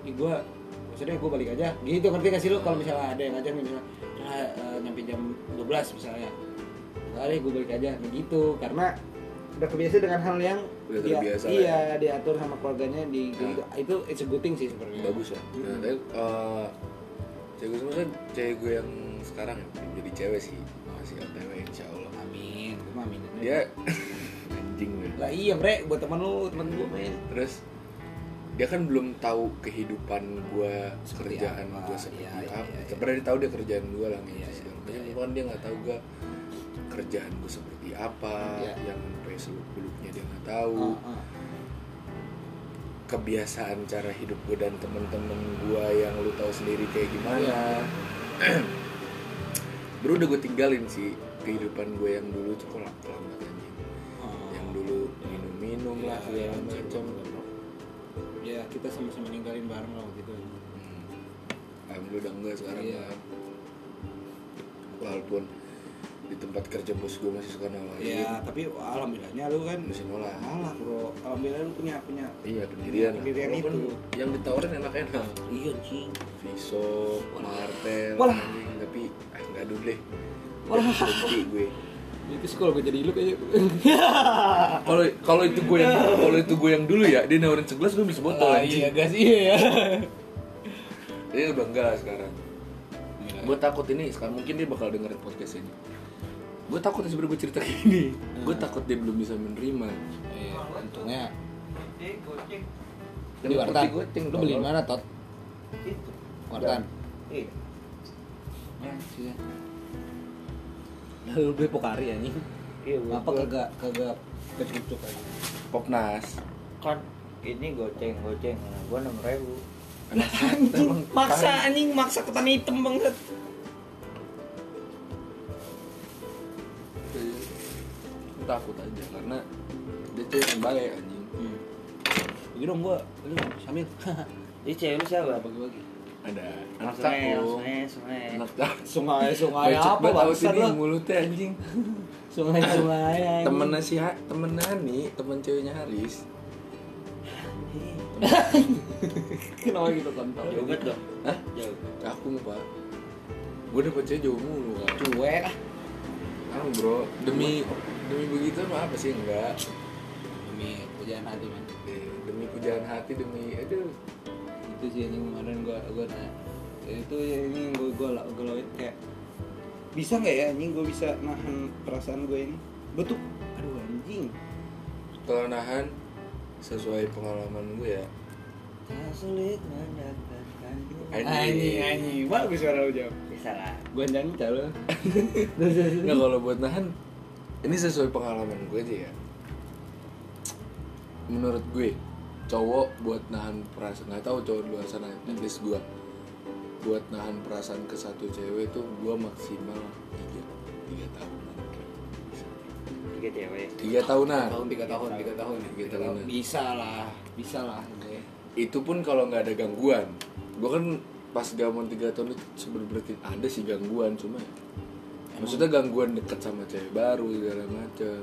Speaker 2: ih gue maksudnya gue balik aja gitu ngerti gak sih lo kalau misalnya ada yang ngajak nih misalnya "Ah, eh, nyampe jam 12 misalnya nggak deh gue balik aja Nah, gitu karena udah kebiasa dengan hal yang
Speaker 1: Udah
Speaker 2: dia-
Speaker 1: terbiasa lah ya.
Speaker 2: iya diatur sama keluarganya di
Speaker 1: Nah.
Speaker 2: gitu. itu it's a good thing sih sebenarnya Hmm.
Speaker 1: bagus lah nah, tapi eh, cewek gue sebenarnya cewek gue yang sekarang ya, belum jadi cewek sih masih otw insya allah
Speaker 2: amin Gua mah amin
Speaker 1: dia anjing ya. gue
Speaker 2: lah iya bre buat teman lu teman gua men
Speaker 1: terus dia kan belum tahu kehidupan gue
Speaker 2: Seperti
Speaker 1: kerjaan
Speaker 2: apa,
Speaker 1: gue seperti
Speaker 2: iya, iya,
Speaker 1: apa
Speaker 2: iya.
Speaker 1: sebenarnya dia tahu dia kerjaan gue lah gitu
Speaker 2: Iya, iya,
Speaker 1: segala
Speaker 2: iya,
Speaker 1: macam
Speaker 2: iya.
Speaker 1: cuman dia nggak tahu gue kerjaan gue seperti apa
Speaker 2: Iya.
Speaker 1: yang sampai seluk beluknya dia nggak tahu
Speaker 2: Ah, ah.
Speaker 1: kebiasaan cara hidup gue dan temen-temen gue yang lu tahu sendiri kayak
Speaker 2: Iya.
Speaker 1: gimana bro udah gue tinggalin sih kehidupan gue yang dulu tuh kolak banget anjing
Speaker 2: Ah.
Speaker 1: yang dulu minum-minum lah
Speaker 2: Iya,
Speaker 1: segala
Speaker 2: anjing,
Speaker 1: macam
Speaker 2: bener, bro. ya kita sama-sama ninggalin bareng lah gitu
Speaker 1: Hmm. Alhamdulillah udah enggak sekarang
Speaker 2: Iya.
Speaker 1: kan. Walaupun di tempat kerja bos gue masih suka nawarin
Speaker 2: ya tapi alhamdulillahnya lu kan
Speaker 1: masih nolak.
Speaker 2: malah bro alhamdulillah lu punya punya
Speaker 1: Iya pendirian. kan
Speaker 2: Pendirian
Speaker 1: Walaupun
Speaker 2: itu.
Speaker 1: Yang ditawarin enak-enak.
Speaker 2: iya cing
Speaker 1: Viso, Martel,
Speaker 2: Walah.
Speaker 1: anjing. tapi ah nggak dulu deh.
Speaker 2: Walah.
Speaker 1: Udah berhenti gue.
Speaker 2: itu sih kalau gue jadi lu kayaknya
Speaker 1: Ah, Kalau kalau itu gue yang kalau itu gue yang dulu ya dia nawarin segelas gue beli sebotol
Speaker 2: Ah,
Speaker 1: anjing.
Speaker 2: iya gas iya ya
Speaker 1: Ini udah enggak lah sekarang. Gue takut ini sekarang mungkin dia bakal dengerin podcast ini. Gue takut sebenarnya gue cerita gini. Gue takut dia belum bisa menerima.
Speaker 2: Iya, untungnya
Speaker 4: Eh,
Speaker 1: Yang
Speaker 2: di wartan
Speaker 1: penting gue ting-
Speaker 2: lu beli di mana tot wartan
Speaker 6: Iya.
Speaker 2: lu beli pokari anjing
Speaker 6: Iya, gua-
Speaker 2: apa kagak kagak kecucuk aja
Speaker 1: Popnas.
Speaker 6: kan ini goceng goceng nah, gua enam ribu
Speaker 2: anjing maksa
Speaker 1: Iya.
Speaker 2: anjing maksa ketan hitam banget
Speaker 1: Gue takut aja karena dia tuh yang baik anjing.
Speaker 2: hmm. Bagi dong gua lu sambil
Speaker 6: ini cewek lu siapa
Speaker 2: bagi-bagi
Speaker 1: Ada anak
Speaker 6: Sungai,
Speaker 1: cakung.
Speaker 6: sungai, sungai.
Speaker 1: Anak cakung.
Speaker 2: sungai sungai
Speaker 1: Becek
Speaker 2: ya apa
Speaker 1: banget tahu
Speaker 2: bangsat
Speaker 1: sini
Speaker 2: lu
Speaker 1: mulutnya anjing.
Speaker 2: sungai sungai anjing.
Speaker 1: Temennya si Ha- temen Hani, temen ceweknya Haris.
Speaker 2: kenapa gitu kontol
Speaker 6: jauh banget dong
Speaker 1: Hah?
Speaker 6: jauh
Speaker 1: Cakung, Pak. Gue dapet cewek jauh mulu kan.
Speaker 2: cuek ah
Speaker 1: Tahu, Bro. Demi demi begitu mah apa sih enggak?
Speaker 2: demi kerjaan hati men
Speaker 1: Eh, Demi pujaan hati demi aduh
Speaker 7: Ya
Speaker 2: itu sih yang kemarin gua gua nanya itu yang ini yang gua gua gua lakuin kayak
Speaker 7: bisa nggak ya anjing gue bisa nahan perasaan gue ini gue tuh aduh anjing
Speaker 1: kalau nahan sesuai pengalaman gue ya
Speaker 4: Tak sulit mendapatkan dua.
Speaker 1: anjing anjing
Speaker 7: bagus suara lu jawab
Speaker 4: Bisa lah.
Speaker 2: Gue nyanyi calo.
Speaker 1: nggak kalau buat nahan ini sesuai pengalaman gue aja ya menurut gue cowok buat nahan perasaan nggak tahu cowok di luar sana at least gue buat nahan perasaan ke satu cewek tuh gue maksimal tiga tiga tahunan
Speaker 4: Tiga cewek.
Speaker 1: tiga tahunan
Speaker 8: tahun tiga tahun tiga tahun
Speaker 1: Tiga tahunan.
Speaker 8: bisa lah bisa lah gue
Speaker 1: itu pun kalau nggak ada gangguan gue kan pas gamon tiga tahun itu sebenarnya ada sih gangguan cuma maksudnya gangguan deket sama cewek baru segala macem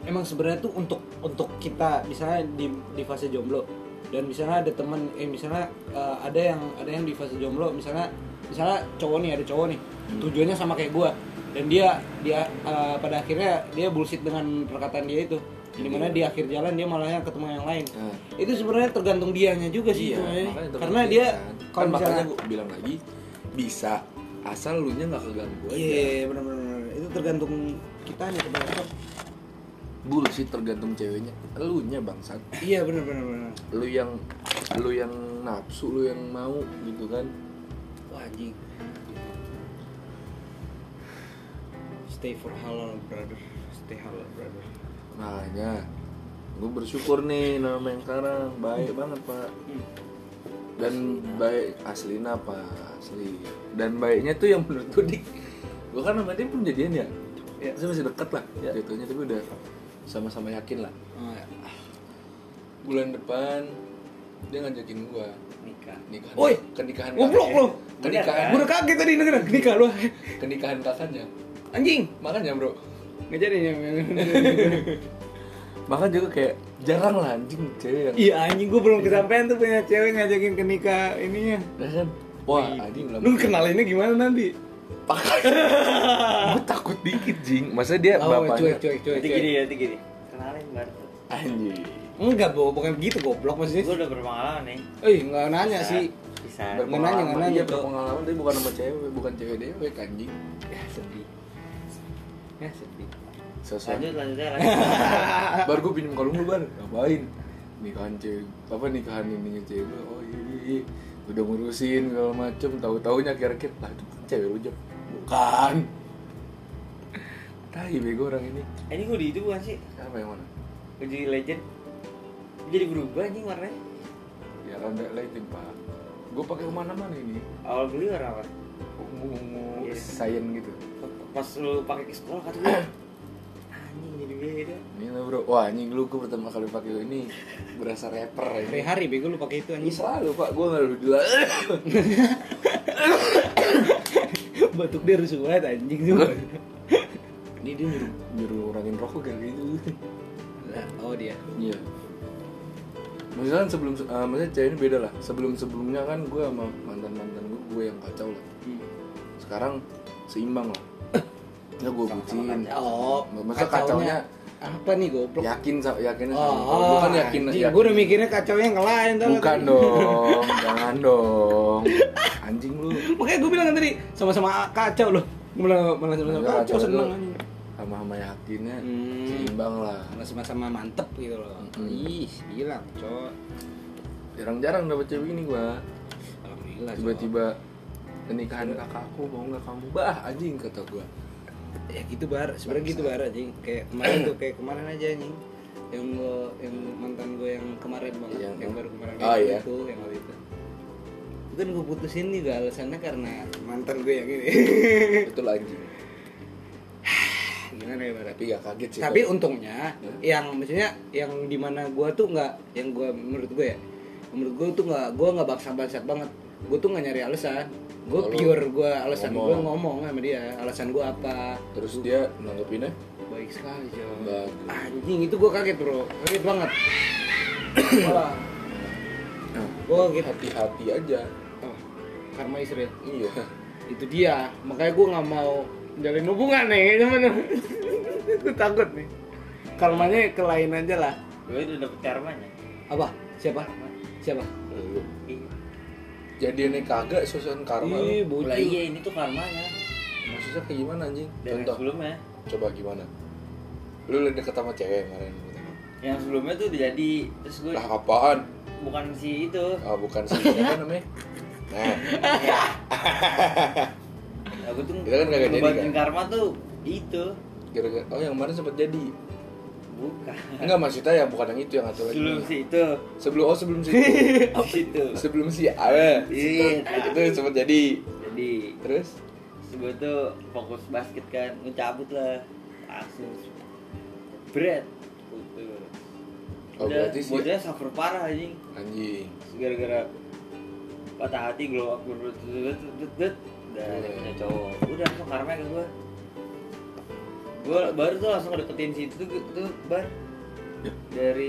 Speaker 2: Emang sebenarnya tuh untuk untuk kita misalnya di di fase jomblo dan misalnya ada teman eh misalnya eh, ada yang ada yang di fase jomblo misalnya misalnya cowok nih ada cowok nih
Speaker 1: Hmm.
Speaker 2: tujuannya sama kayak gua dan dia dia eh, pada akhirnya dia bullshit dengan perkataan dia itu
Speaker 1: Iya.
Speaker 2: dimana di akhir jalan dia malahnya ketemu yang lain
Speaker 1: nah,
Speaker 2: itu sebenarnya tergantung dianya juga Iya sih sebenarnya.
Speaker 1: Iya, makanya temen
Speaker 2: karena
Speaker 1: gue
Speaker 2: dia
Speaker 1: kan.
Speaker 2: kalau
Speaker 1: Kan
Speaker 2: misalnya
Speaker 1: makanya gue bilang lagi bisa asal lu nya nggak ya. keganggu aja
Speaker 2: iya benar-benar itu tergantung kitanya sebenarnya
Speaker 1: bullshit tergantung ceweknya lu nya bangsat
Speaker 2: iya benar-benar benar.
Speaker 1: lu yang lu yang nafsu lu yang mau gitu kan
Speaker 2: Wah anjing. Stay for halal, brother. Stay halal, brother.
Speaker 1: makanya gue bersyukur nih nama yang sekarang baik banget pak dan baik aslina pak asli dan baiknya tuh yang menurut gue dik gue kan sama dia pun jadian ya
Speaker 7: Iya.
Speaker 1: Saya masih deket lah jatuhnya tapi udah sama-sama yakin lah
Speaker 2: Oh, ya.
Speaker 1: bulan depan dia ngajakin gua
Speaker 4: Nikah.
Speaker 1: nikahan
Speaker 7: Woi,
Speaker 1: kenikahan
Speaker 7: goblok
Speaker 1: kakaknya.
Speaker 7: lu.
Speaker 1: kenikahan
Speaker 7: gue udah kaget tadi denger nikah lu
Speaker 1: kenikahan kakaknya
Speaker 7: anjing
Speaker 1: makanya bro
Speaker 7: nggak jadi ya
Speaker 1: maka juga kayak jarang lah anjing cewek yang
Speaker 7: iya anjing gue belum kesampaian tuh punya cewek ngajakin ke nikah ininya
Speaker 1: Nah, kan wah anjing lah
Speaker 7: lu kenalinnya gimana nanti
Speaker 1: pakai gua takut dikit jing masa dia
Speaker 2: Oh,
Speaker 1: bapaknya ya.
Speaker 2: cuek, cuek, cuek,
Speaker 4: Nanti
Speaker 2: cuek.
Speaker 4: gini, ya, nanti gini. Kenalin Barto.
Speaker 1: anjing
Speaker 2: Enggak, Bo, bukan gitu goblok
Speaker 4: Gue
Speaker 2: maksudnya.
Speaker 4: udah berpengalaman nih.
Speaker 2: Eh, enggak nanya
Speaker 1: Nah.
Speaker 4: Bisa.
Speaker 2: sih.
Speaker 4: Bisa.
Speaker 1: berpengalaman
Speaker 2: nanya, nanya,
Speaker 1: iya
Speaker 2: Bro.
Speaker 1: berpengalaman tapi bukan sama cewek bukan cewek dewek anjing
Speaker 2: Ya sedih. Ya sedih.
Speaker 1: sesuatu
Speaker 4: Lanjut, lanjut aja, lanjut.
Speaker 1: baru gue pinjam kalung lu bar ngapain nikahan cewek apa nikahan ini cewek gua, oh iya, iya, iya. udah ngurusin segala macem tahu taunya kira-kira lah itu kan cewek lu Jok." bukan tahi bego orang ini
Speaker 4: Eh, Ini gue di itu bukan sih?
Speaker 1: apa yang mana
Speaker 4: Gue jadi legend. Gua Jadi berubah anjing warnanya.
Speaker 1: ya rada lighting pak gue pakai kemana-mana ini
Speaker 4: Awal beli warna apa?
Speaker 1: ungu ungu
Speaker 4: Iya.
Speaker 1: sayan gitu
Speaker 4: Pas lu pakai ke sekolah kata gue. Anjing jadi beda.
Speaker 1: ini lah bro wah anjing lu gue pertama kali pakai ini berasa rapper ini
Speaker 2: Hari-hari bego lu pakai itu
Speaker 1: ini
Speaker 2: anjing.
Speaker 1: selalu pak gue nggak dulu
Speaker 2: Batuk dia rusuh banget anjing semua.
Speaker 1: ini dia nyuruh nyuruh ngurangin rokok kayak gitu
Speaker 2: oh dia.
Speaker 1: Iya. Maksudnya kan sebelum eh, maksudnya cewek ini beda lah. Sebelum sebelumnya kan gue sama mantan mantan gue gue yang kacau lah.
Speaker 2: Hmm.
Speaker 1: Sekarang seimbang lah. Ya gue bucin.
Speaker 2: Oh,
Speaker 1: Masa kacaunya,
Speaker 2: apa nih goblok?
Speaker 1: yakin sa- yakinnya sama
Speaker 2: Oh,
Speaker 1: gue kan yakin
Speaker 2: anjing,
Speaker 1: ya-
Speaker 2: Gue udah mikirnya kacaunya yang lain tau gak
Speaker 1: bukan
Speaker 2: tadi?
Speaker 1: dong, jangan dong. Anjing lu.
Speaker 2: Makanya gue bilang tadi sama-sama kacau loh. Gue bilang malah sama-sama
Speaker 1: Maksudnya
Speaker 2: kacau seneng
Speaker 1: tuh
Speaker 2: anjing.
Speaker 1: Sama-sama yakinnya
Speaker 2: Hmm.
Speaker 1: seimbang lah.
Speaker 2: Malah sama-sama mantep gitu loh.
Speaker 1: Mm-mm.
Speaker 2: Ih, bilang cowok.
Speaker 1: Jarang-jarang dapet cewek ini gue.
Speaker 2: Alhamdulillah. Cok.
Speaker 1: tiba-tiba pernikahan kakakku mau nggak kamu bah anjing kata gua
Speaker 2: ya gitu bar, sebenarnya gitu bar anjing. Kayak kemarin tuh kayak kemarin aja anjing. Yang gue yang mantan gue yang kemarin banget, yang,
Speaker 1: Yang-
Speaker 2: baru kemarin
Speaker 1: Oh,
Speaker 2: itu,
Speaker 1: iya.
Speaker 2: itu, yang waktu itu. Itu kan gue putusin juga alasannya karena mantan gue yang ini.
Speaker 1: betul anjing
Speaker 2: Gimana ya bar?
Speaker 1: tapi gak kaget sih
Speaker 2: tapi untungnya yang maksudnya yang dimana gua tuh nggak yang gua menurut gue ya menurut gue tuh nggak gua nggak baksa bangsat banget gue tuh nggak nyari alasan gue
Speaker 1: Kalau
Speaker 2: pure gue alasan gue
Speaker 1: Oh, ngomong.
Speaker 2: ngomong sama dia alasan gue apa
Speaker 1: terus dia nanggepinnya
Speaker 2: baik sekali Jo.
Speaker 1: enggak
Speaker 2: anjing itu gue kaget bro kaget banget Wah, gue
Speaker 4: Oh, gitu.
Speaker 2: kaget
Speaker 1: hati-hati aja
Speaker 2: oh, karma istri
Speaker 1: iya
Speaker 2: itu dia makanya gue nggak mau jalin hubungan nih temen gue takut nih karmanya ke lain aja lah
Speaker 4: Gue udah dapet karmanya.
Speaker 2: apa siapa siapa
Speaker 1: Lu.
Speaker 4: Iya.
Speaker 1: jadi ini kagak susun karma
Speaker 2: Ih,
Speaker 1: lu.
Speaker 2: bocil.
Speaker 4: Lah iya ini tuh karmanya.
Speaker 1: maksudnya kayak gimana anjing
Speaker 4: Dan yang
Speaker 1: contoh
Speaker 4: sebelumnya
Speaker 1: coba gimana lu udah deket sama cewek kemarin gitu.
Speaker 4: yang sebelumnya tuh udah jadi terus gue
Speaker 1: lah apaan
Speaker 4: bukan si itu
Speaker 1: ah bukan sih apa namanya nah
Speaker 4: aku tuh
Speaker 1: Itu kan kagak jadi,
Speaker 4: ngebantuin
Speaker 1: kan?
Speaker 4: karma tuh itu
Speaker 1: gara-gara oh yang kemarin sempat jadi
Speaker 4: bukan
Speaker 1: enggak maksudnya ya bukan yang itu yang satu lagi
Speaker 4: sebelum si itu
Speaker 1: sebelum oh sebelum si
Speaker 4: si itu
Speaker 1: sebelum si ada
Speaker 4: Iya.
Speaker 1: Nah, itu sempat jadi
Speaker 4: jadi
Speaker 1: terus
Speaker 4: terus gue tuh fokus basket kan gue cabut lah langsung bread putus
Speaker 1: Oh,
Speaker 4: udah
Speaker 1: berarti sih-
Speaker 4: bocahnya suffer parah anjing
Speaker 1: anjing
Speaker 4: Terus gara-gara patah hati glow up glow up dut, dut, dut, dut. udah ada
Speaker 1: Hmm.
Speaker 4: punya cowok udah langsung karma ke gue gue baru tuh langsung deketin situ tuh, tuh bar dari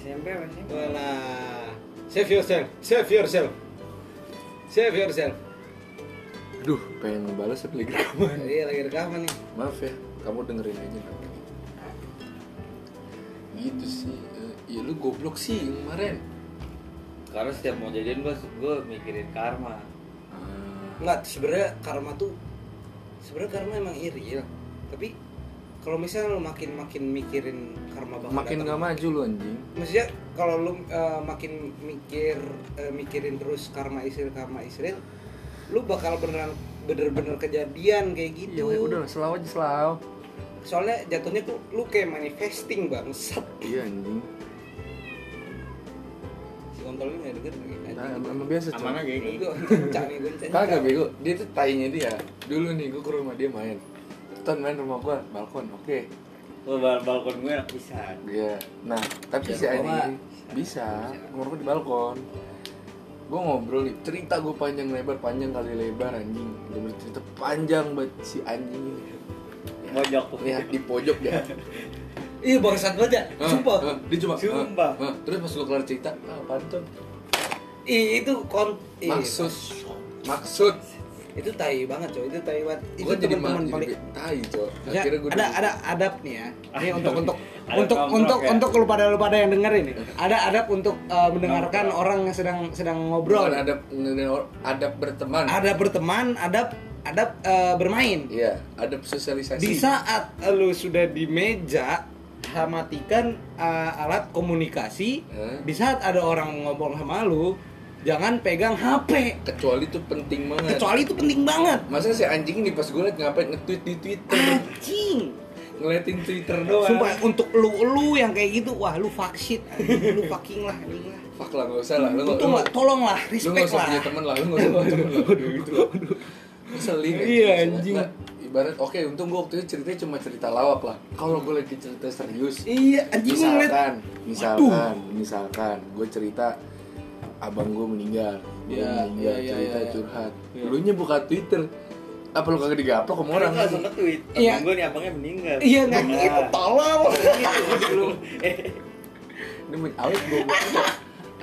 Speaker 4: SMP apa SMP
Speaker 2: Walah. Save yourself. Save yourself. Save yourself.
Speaker 1: aduh pengen ngebales tapi lagi rekaman.
Speaker 2: Iya lagi rekaman nih.
Speaker 1: maaf ya kamu dengerin aja kan gitu sih Eh, ya lu goblok sih yang kemarin
Speaker 4: karena setiap mau jadian gue gue mikirin karma
Speaker 1: Ah,
Speaker 2: Enggak, sebenarnya karma tuh sebenarnya karma emang iri ya. Tapi kalau misalnya lu makin makin mikirin karma bakal
Speaker 1: Nah, makin
Speaker 2: datang-
Speaker 1: gak maju lu anjing
Speaker 2: maksudnya kalau lu eh, makin mikir eh, mikirin terus karma Israel karma Israel lu bakal beneran bener-bener kejadian kayak
Speaker 1: ya
Speaker 2: gitu
Speaker 1: udah selaw aja selaw
Speaker 2: soalnya jatuhnya tuh lu kayak manifesting bangsat
Speaker 1: iya anjing
Speaker 2: si kontol ini nggak denger lagi
Speaker 1: nah, em- emang biasa
Speaker 4: aman
Speaker 1: cuy
Speaker 4: aja ini
Speaker 2: gue kencang nih gue
Speaker 1: kagak bego dia tuh tainya dia dulu nih gua ke rumah dia main Ton main rumah gua balkon oke
Speaker 4: Wah, bal- balkon gue enak pisan
Speaker 1: Iya. Nah, tapi
Speaker 4: Ya,
Speaker 1: si Aini
Speaker 4: rumah
Speaker 1: ini bisa. Rumah gua di balkon. Gue ngobrol nih, cerita gue panjang lebar, panjang kali lebar anjing. Bener cerita panjang buat si anjing ini. Ya.
Speaker 4: mojok
Speaker 1: Lihat di pojok dia.
Speaker 2: iya bangsat banget ya
Speaker 1: Hah, hah,
Speaker 2: sumpah
Speaker 1: dia cuma. hah,
Speaker 4: Sumpah.
Speaker 1: hah. Terus pas gue kelar cerita, ah, pantun.
Speaker 2: Ih, itu kon ih,
Speaker 1: Maksud, maksud.
Speaker 2: itu tai banget coy itu tai banget itu
Speaker 1: Gue jadi
Speaker 2: teman-teman
Speaker 1: malah jadi
Speaker 2: paling
Speaker 1: be- tai coy.
Speaker 2: Ya,
Speaker 1: Akhirnya gue
Speaker 2: ada ada adab nih ya. Ini untuk untuk
Speaker 4: Ada
Speaker 2: untuk
Speaker 4: nongkrong
Speaker 2: untuk
Speaker 4: ya?
Speaker 2: untuk lu pada lu pada yang dengerin nih. Ada adab untuk uh, mendengarkan orang yang sedang sedang ngobrol.
Speaker 1: Bukan adab, adab berteman.
Speaker 2: Ada berteman, adab adab uh, bermain.
Speaker 1: Iya, adab sosialisasi.
Speaker 2: Di saat uh, lu sudah di meja ha, matikan uh, alat komunikasi.
Speaker 1: Hah?
Speaker 2: Di saat ada orang ngobrol sama lu, jangan pegang
Speaker 1: Eh.
Speaker 2: HP.
Speaker 1: Kecuali itu penting banget.
Speaker 2: Kecuali itu penting banget.
Speaker 1: Masa si anjing ini pas gue liat ngapain nge-tweet di Twitter
Speaker 2: Anjing.
Speaker 1: Ngeliatin Twitter doang
Speaker 2: Ah. Sumpah untuk lu-lu yang kayak gitu, wah lu fuck shit, anjing. lu fucking lah, anjing lah.
Speaker 1: Fuck lah gak usah lah Lu,
Speaker 2: Untung
Speaker 1: lu-
Speaker 2: lah, tolonglah,
Speaker 1: Lu gak
Speaker 2: respect
Speaker 1: usah
Speaker 2: lah.
Speaker 1: punya temen lah Lu gak usah punya temen lah Gitu lah Ngeselin anjing.
Speaker 2: Iya, anjing.
Speaker 1: Nah, Ibarat oke untung gue waktu itu ceritanya cuma cerita lawak lah Kalau gue lagi cerita serius
Speaker 2: Iya, anjing gue ngeliat.
Speaker 1: Misalkan Misalkan Misalkan Gue cerita Abang gue meninggal Gue
Speaker 9: Iya,
Speaker 1: meninggal
Speaker 9: iya, iya,
Speaker 1: cerita
Speaker 9: iya.
Speaker 1: curhat Lu nya buka Twitter Apa lu kagak digaplok sama orang?
Speaker 4: orang langsung ke tweet
Speaker 2: Iya.
Speaker 4: abang gue nih abangnya meninggal
Speaker 2: Iya, nggak
Speaker 4: Nah,
Speaker 2: gitu, tolong.
Speaker 4: belum eh
Speaker 1: Ini main awet gue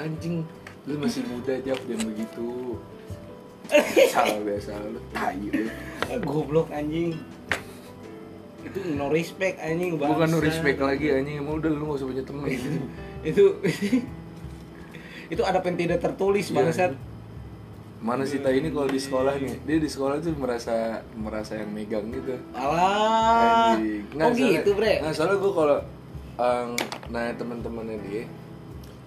Speaker 1: Anjing Lu masih muda Jaf Jangan begitu Salah biasa lu Tai lu
Speaker 2: Goblok anjing. Itu no respect anjing bangsa.
Speaker 1: Bukan kan no respect lagi anjing Emang udah lu gak usah punya temen
Speaker 2: Itu itu ada yang tidak tertulis
Speaker 1: Iya,
Speaker 2: bangsat.
Speaker 1: anjing. Mana sih Tai ini kalau di sekolah nih Dia di sekolah tuh merasa Merasa yang megang gitu
Speaker 2: Alah.
Speaker 1: Anjing.
Speaker 2: Oh gitu, Bre.
Speaker 1: Nah, soalnya gue kalau um, nanya teman-temannya dia,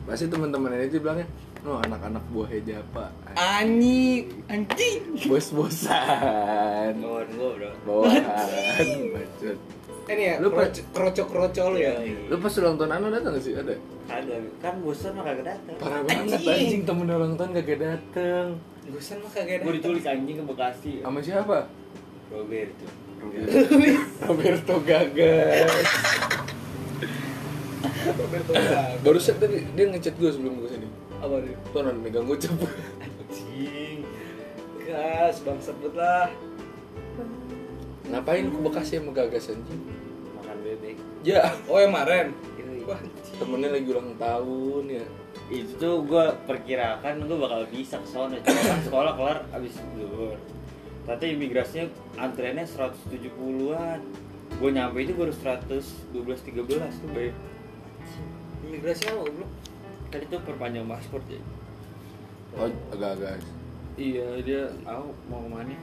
Speaker 1: pasti teman-temannya dia bilangnya, "No, anak-anak buahnya Japa."
Speaker 2: Anjing, anjing.
Speaker 1: Bos-bosan.
Speaker 4: kawan gue bro
Speaker 1: Bawaan. Bacot.
Speaker 2: Ini ya,
Speaker 1: Lu Iya,
Speaker 2: kroco-kroco lu ya.
Speaker 1: Lu pas ulang tahun Ano datang gak sih? Ada?
Speaker 4: ada kan bosan mah kagak datang
Speaker 1: Parah banget anjing temen ulang tahun gak dateng
Speaker 2: Gusan mah kagak
Speaker 4: gue
Speaker 2: ada.
Speaker 4: diculik anjing ke Bekasi
Speaker 1: Sama siapa?
Speaker 4: Robert tuh
Speaker 1: Roberto Gagas Baru set tadi dia ngechat gue sebelum gue sini
Speaker 2: Apa dia?
Speaker 1: Tuh non megang gue cap
Speaker 4: anjing
Speaker 2: Gas, bangsat banget lah.
Speaker 1: Ngapain ke Bekasi sama Gagas anjing?
Speaker 4: makan bebek
Speaker 1: Ya
Speaker 2: Oh yang kemarin.
Speaker 4: Yoi.
Speaker 2: Wah,
Speaker 1: temennya lagi ulang tahun ya
Speaker 4: itu tuh gue perkirakan gue bakal bisa ke sana cuma kan sekolah kelar abis zuhur ternyata imigrasinya antreannya 170-an gue nyampe itu baru 112 13 tuh baik
Speaker 2: imigrasi apa goblok?
Speaker 4: tadi tuh Kan perpanjang paspor ya
Speaker 1: Oh Gagas
Speaker 4: iya dia aku mau kemana nih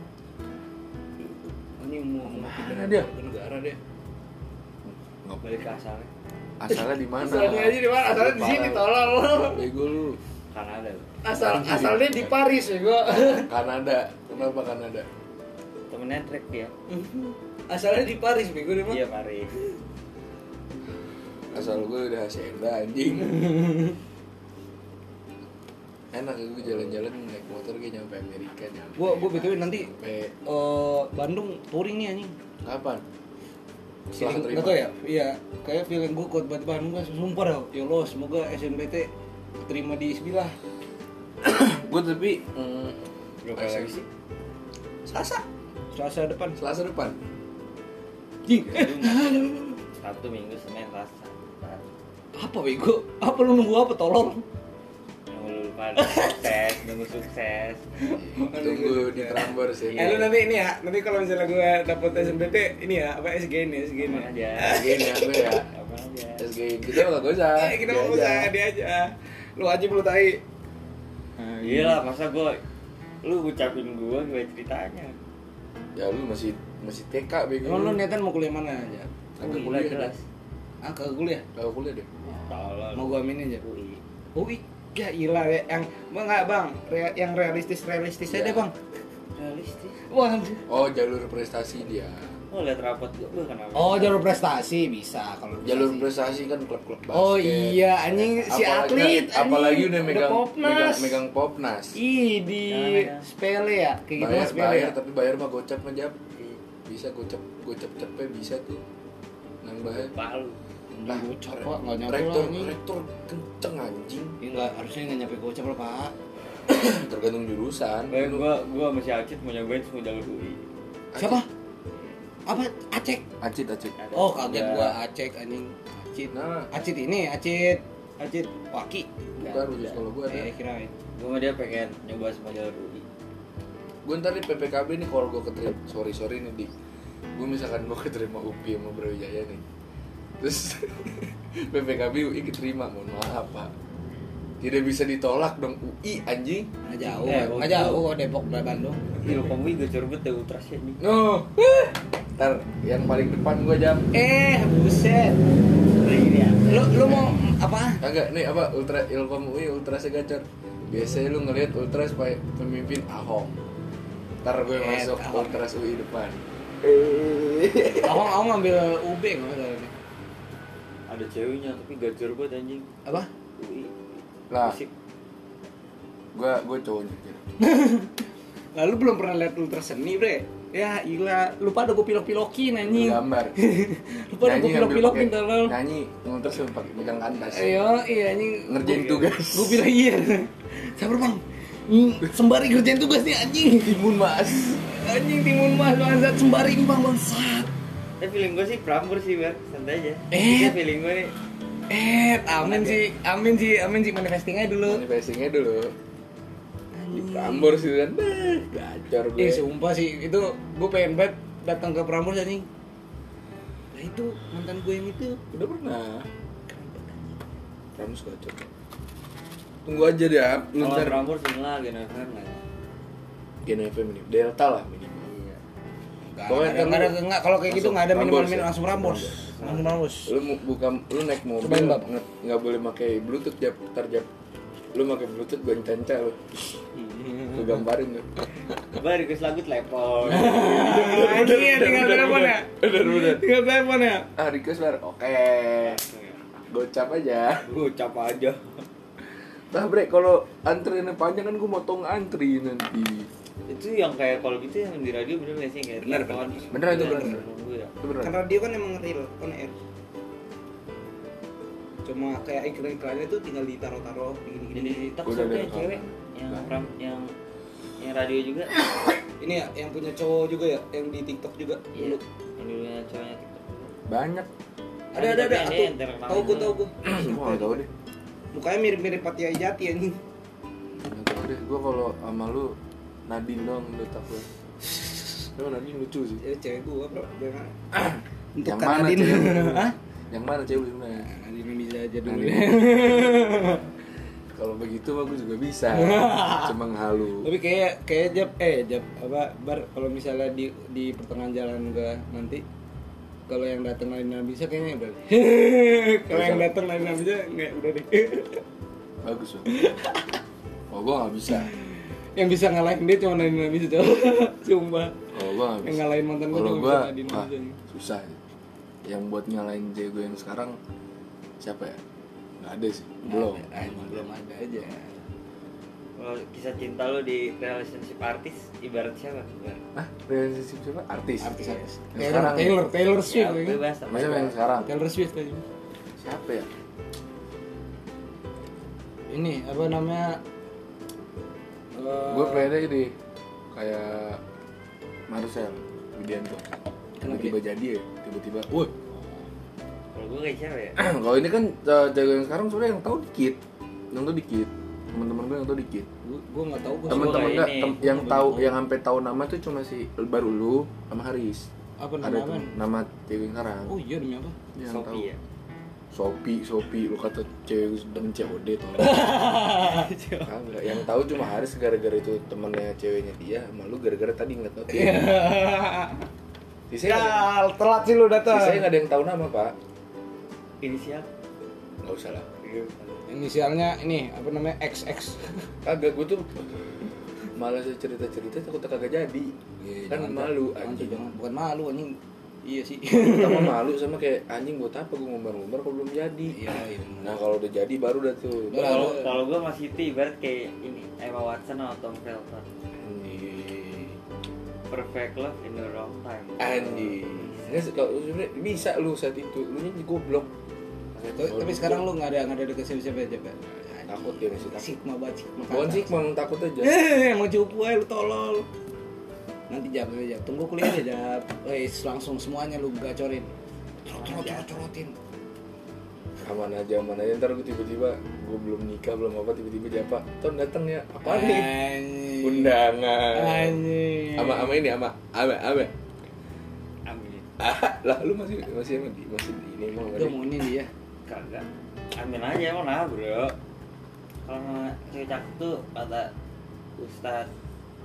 Speaker 4: mau mau
Speaker 1: Mana
Speaker 4: pindah
Speaker 1: dia?
Speaker 4: ke negara dia
Speaker 1: Nggak-
Speaker 4: balik ke asalnya
Speaker 1: Asalnya di mana?
Speaker 6: Asalnya aja di mana? Asalnya di sini tolol.
Speaker 1: Bego lu.
Speaker 4: Kanada loh.
Speaker 6: Asal asalnya di Paris ya gua.
Speaker 1: Kanada. Kenapa Kanada?
Speaker 4: temennya trek dia
Speaker 6: Asalnya di Paris bego dia mah.
Speaker 4: iya Paris
Speaker 1: Asal gue udah hasilnya anjing. Enak gue jalan-jalan naik motor gue nyampe Amerika nyampe.
Speaker 2: Gua- gua BTW nanti-
Speaker 1: Nyampe-
Speaker 2: Eh, Bandung touring nih anjing
Speaker 1: kapan? Setelah
Speaker 2: Feeling-
Speaker 1: keterima.
Speaker 2: Nggak tau ya Iya Kayak feeling gue kuat banget Bandung gue Sumpah dah Ya Allah semoga SNBT Terima di sebilah
Speaker 1: Gue tapi mm,
Speaker 4: berapa lagi sih
Speaker 1: Selasa.
Speaker 2: Selasa depan
Speaker 1: Selasa depan.
Speaker 2: Jing
Speaker 4: Ya,
Speaker 2: eh,
Speaker 4: Sabtu minggu senin selasa Rabu.
Speaker 2: Apa bego Apa lu nunggu apa tolong
Speaker 4: nunggu lu lupa nunggu sukses nunggu sukses
Speaker 1: Eh, Tunggu di Trambors ya.
Speaker 6: Eh lu nanti ini ya, nanti kalau misalnya gue dapet SNBT ini ya, apa SGN ya, SGN
Speaker 4: Aman
Speaker 6: ya.
Speaker 4: aja
Speaker 1: Gini ya gue ya.
Speaker 4: apa aja
Speaker 1: SG kita nggak usah.
Speaker 6: Eh, kita mau usaha dia aja. Lu aja belum tai.
Speaker 2: Nah, Ah,
Speaker 4: iya lah masa gue lu ucapin gue gue ceritanya
Speaker 1: Ya lu masih masih TK bego.
Speaker 2: Emang lu niatan mau kuliah mana aja
Speaker 1: Kagak
Speaker 4: aku gila
Speaker 2: iya,
Speaker 1: kuliah
Speaker 4: jelas
Speaker 2: Ah kagak kuliah
Speaker 1: Kalau kuliah deh.
Speaker 4: tolong
Speaker 2: Mau gua aminin aja
Speaker 4: UI
Speaker 2: Ui
Speaker 6: Ya ilah ya, yang enggak bang, Rea- yang realistis realistis
Speaker 1: Iya.
Speaker 6: aja bang.
Speaker 4: realistis
Speaker 2: Wah anjir.
Speaker 1: Oh jalur prestasi dia.
Speaker 4: mau lihat rapat gue gue kenapa
Speaker 2: Oh jalur prestasi bisa kalau bisa
Speaker 1: Jalur
Speaker 2: sih.
Speaker 1: prestasi kan klub-klub basket.
Speaker 2: Oh iya anjing
Speaker 1: Apalagi-
Speaker 2: si atlet anjing.
Speaker 1: Apalagi udah megang
Speaker 2: popnas.
Speaker 1: megang, megang popnas.
Speaker 2: Ih di
Speaker 4: Jangan, ya.
Speaker 2: sepele ya kayak gitu
Speaker 1: bayar,
Speaker 2: mas sepele
Speaker 1: bayar
Speaker 2: ya.
Speaker 1: tapi bayar mah gocap mah Jap. Bisa gocap gocap cepet bisa tuh. Nambah.
Speaker 4: palu
Speaker 1: Nah,
Speaker 2: Gocap, Pak, nggak nyampe
Speaker 1: rektor,
Speaker 2: lah, anjing.
Speaker 1: rektor kenceng anjing.
Speaker 2: Ya enggak harusnya enggak nyampe gocap lah Pak.
Speaker 1: Tergantung jurusan.
Speaker 4: gue gue gue masih acit mau nyobain semua jalur UI
Speaker 2: Siapa? Apa Acek?
Speaker 1: Acit, acit.
Speaker 4: Ada
Speaker 2: Oh kaget
Speaker 4: tiga.
Speaker 2: gua Acek anjing. Acit.
Speaker 1: Nah.
Speaker 2: Acit ini Acit Acit Waki.
Speaker 1: Bukan khusus kalau gue ada.
Speaker 2: Eh kirain.
Speaker 4: gue sama dia pengen nyoba semua jalur UI
Speaker 1: gue ntar di PPKB nih kalau gue keterima sorry sorry nih di gue misalkan gue keterima UPI sama Brawijaya nih terus PPKB UI keterima mohon maaf pak tidak bisa ditolak dong UI anjing
Speaker 2: Enggak jauh. Enggak
Speaker 4: Eh, waktu-
Speaker 2: jauh kok Depok dari Bandung.
Speaker 4: Iya, kamu gue curbat deh ultras ya nih.
Speaker 1: no Eh. ntar yang paling depan gue jam
Speaker 2: Eh buset. Nah, Lu lu mau apa?
Speaker 1: kagak nih apa ultra ilkom UI ultra segacor biasanya lu ngelihat ultras pakai pemimpin Ahok ntar gue
Speaker 2: Eh,
Speaker 1: masuk
Speaker 2: Ahok.
Speaker 1: ultras UI depan
Speaker 2: Aku aku ngambil UB nggak salah ini.
Speaker 4: Ada ceweknya tapi gacor banget anjing.
Speaker 2: Apa?
Speaker 4: UI.
Speaker 1: Lah.
Speaker 4: Fisik.
Speaker 1: gue gue cowoknya kira
Speaker 2: Lalu belum pernah lihat ultra seni bre? Ya gila, lupa ada gue pilok-pilokin anjing.
Speaker 1: gambar
Speaker 2: Lupa ada gue
Speaker 1: Nyanyi ambil
Speaker 2: pilok-pilokin
Speaker 1: pakai-
Speaker 2: tolol.
Speaker 1: nyanyi terus lu pakai megang kanvas
Speaker 2: Ayo, iya anjing.
Speaker 1: ngerjain tugas
Speaker 2: Gue bilang iya. Sabar bang. Hmm, sembari kerjain tugas nih anjing.
Speaker 1: timun mas
Speaker 2: Anjing timun mas bangsat sembari ini bang bangsat.
Speaker 4: Eh feeling gue sih prambor sih, Bar. Santai aja.
Speaker 2: Eh.
Speaker 4: Ini feeling gue nih.
Speaker 2: Eh, amin sih, amin sih, amin sih manifesting aja dulu.
Speaker 1: manifestingnya dulu di Prambors gitu kan Beh, gacor gue
Speaker 2: Eh sumpah sih, itu gue pengen banget datang ke Prambors anjing. Nah itu mantan gue yang itu
Speaker 1: udah pernah Prambors gacor tunggu aja deh Ap. lu
Speaker 4: Kalau
Speaker 1: ntar
Speaker 4: prambor sini lah Gen FM lah.
Speaker 1: Gen FM ini delta lah minimal
Speaker 4: Iya.
Speaker 2: Gak
Speaker 1: Pokoknya
Speaker 2: ada,
Speaker 1: ntar
Speaker 2: gak ada,
Speaker 1: lu
Speaker 2: enggak, kalau kayak gitu
Speaker 1: langsung
Speaker 2: gak ada
Speaker 1: Prambors
Speaker 2: minuman-minuman
Speaker 1: ya?
Speaker 2: langsung Prambors Langsung Prambors
Speaker 1: lu mu- buka lu naik mobil
Speaker 2: Cobain, Bang.
Speaker 1: nge- nggak boleh pakai bluetooth jap ntar jap lu pakai bluetooth gue canca lu
Speaker 2: Hmm.
Speaker 1: gue gambarin lu
Speaker 4: Bar request lagu telepon.
Speaker 6: Anjing ya tinggal telepon ya.
Speaker 1: bener bener
Speaker 6: Tinggal telepon ya.
Speaker 1: ah request bar oke gocap aja
Speaker 4: Gue cap aja.
Speaker 1: Nah bre, kalau antriannya panjang kan gue motong antri nanti
Speaker 4: Itu yang kayak kalau gitu yang di radio bener gak sih kayak
Speaker 1: Bener,
Speaker 4: telepon.
Speaker 1: bener. Bener, itu bener.
Speaker 4: Nunggu ya.
Speaker 1: Itu beneran.
Speaker 6: Kan radio kan emang real on air. Cuma kayak iklan-iklannya tuh tinggal ditaruh-taruh
Speaker 4: Jadi
Speaker 6: gini-gini.
Speaker 4: tak
Speaker 1: Gua udah
Speaker 4: sampai
Speaker 1: liat
Speaker 4: ya, cewek
Speaker 1: rekaman.
Speaker 4: yang
Speaker 1: Lah.
Speaker 4: pram yang yang radio juga.
Speaker 6: Ini ya yang punya cowok juga ya, yang di TikTok juga
Speaker 4: Iya.
Speaker 6: dulu.
Speaker 4: Yang dulunya cowoknya TikTok.
Speaker 1: Banyak
Speaker 6: Ada ada ada.
Speaker 4: Tapi
Speaker 6: Aku
Speaker 4: yang terkenal
Speaker 6: tahu ku
Speaker 4: itu.
Speaker 6: tahu ku.
Speaker 1: Gue gak tau deh
Speaker 6: Mukanya mirip-mirip Patia Jati anjing.
Speaker 1: Gak tau deh, gue kalau sama lu Nadine dong letak gue Emang Nadine lucu sih
Speaker 6: Ya cewek gua, Bro. Jangan.
Speaker 1: Yang
Speaker 6: Kak
Speaker 1: mana
Speaker 6: Nadine.
Speaker 1: cewek? Yang mana cewek sebenarnya?
Speaker 2: Nah, Nadine bisa aja dulu
Speaker 1: Nadine. kalau begitu mah gue juga bisa cuma halu
Speaker 2: tapi kayak kayak jap eh jap apa bar kalau misalnya di di pertengahan jalan gua nanti kalau yang datang lain nggak bisa kayaknya udah deh. kalau yang datang lain nggak bisa nggak udah deh
Speaker 1: bagus loh kalau gue nggak bisa
Speaker 2: yang bisa ngalahin dia cuma lain nggak bisa jauh cuma
Speaker 1: kalau gue nggak
Speaker 2: yang
Speaker 1: bisa
Speaker 2: ngalahin mantan gua
Speaker 1: kalau
Speaker 2: cuma
Speaker 1: gue
Speaker 2: bisa Nadine
Speaker 1: wah,
Speaker 2: aja.
Speaker 1: susah yang buat nyalain cewek gue yang sekarang siapa ya nggak ada sih belum
Speaker 2: ah, emang belum ada aja
Speaker 4: Kalau kisah cinta lo di relationship artis ibarat siapa? Ibarat.
Speaker 1: ah relationship siapa artis
Speaker 2: artis artis
Speaker 1: Yang
Speaker 2: Taylor
Speaker 1: sekarang.
Speaker 2: Taylor Taylor Swift
Speaker 4: Ya,
Speaker 2: ya kan?
Speaker 4: bebas.
Speaker 1: Maksudnya yang sekarang
Speaker 2: Taylor Swift aja
Speaker 1: siapa ya
Speaker 2: ini apa namanya Eh,
Speaker 1: gue pengennya ini kayak Marcel Widianto tiba-tiba jadi ya tiba-tiba wah
Speaker 4: Kalau gue kayak siapa ya?
Speaker 1: kalau ini kan eh, jago yang sekarang sebenarnya yang tahu dikit yang tahu dikit teman-teman gue yang tahu dikit
Speaker 2: gua gua nggak tahu gua
Speaker 4: Temen-
Speaker 1: teman-teman
Speaker 4: kayak
Speaker 1: gak
Speaker 4: ini.
Speaker 1: tem- yang tahu yang sampai tahu nama tuh cuma si baru lu sama Haris
Speaker 2: apa
Speaker 1: ada
Speaker 2: namanya
Speaker 1: tuh nama cewek yang sekarang
Speaker 2: oh iya demi apa
Speaker 1: yang tahu
Speaker 4: Sophie ya.
Speaker 1: Sopi Sopi lu kata cewek demen COD tuh Kagak, yang tahu cuma Haris gara-gara itu temennya ceweknya dia sama lu gara-gara tadi nggak tahu sisanya
Speaker 2: Gal, telat sih lu
Speaker 1: sisanya
Speaker 2: datang.
Speaker 1: nggak ada yang tahu nama pak
Speaker 4: Inisial.
Speaker 1: nggak usah lah
Speaker 2: Inisialnya ini apa namanya XX.
Speaker 1: kagak gue tuh malas cerita cerita takut kagak jadi
Speaker 2: Iya,
Speaker 1: kan malu anjing
Speaker 2: jangan. Bukan malu anjing. Iya sih.
Speaker 1: pertama malu sama kayak anjing buat apa gue ngumbar-ngumbar kalau belum jadi
Speaker 2: Iya, iya. bener.
Speaker 1: nah kalau udah jadi baru dah tuh
Speaker 2: Udah.
Speaker 4: Kalau kalau gue masih itu ibarat kayak ini Emma Watson atau Tom Felton.
Speaker 1: Anjing.
Speaker 4: Perfect love in the wrong time.
Speaker 1: Anjing. Nggak sih, kalau sebenarnya bisa lu saat itu lu nyanyi goblok
Speaker 2: Tapi, tapi sekarang lu nggak ada nggak ada deket siapa siapa aja pak.
Speaker 1: takut dia masih takut
Speaker 2: Sigma banget Sigma.
Speaker 1: bukan sih cuma takut aja
Speaker 2: Eh, emang cupu aja lu tolol. Nanti jawab nanti jawab. Tunggu kuliah aja jawab. Wes langsung semuanya lu gacorin. Trot trot
Speaker 1: Iya.
Speaker 2: trot trotin.
Speaker 1: aman aja aman aja ntar gue tiba-tiba gue belum nikah belum apa tiba-tiba siapa tahun datang ya apa nih
Speaker 2: Anjing.
Speaker 1: undangan
Speaker 2: Anjing.
Speaker 1: ama ama ini ama ama ama
Speaker 4: Amin.
Speaker 1: ah, lah lu masih masih emang di masih di ini emang nggak
Speaker 2: Udah
Speaker 1: deh?
Speaker 2: mau ini dia.
Speaker 4: Kagak. Amin aja emang nah bro. Kalau sama cewek cakep tuh kata Ustad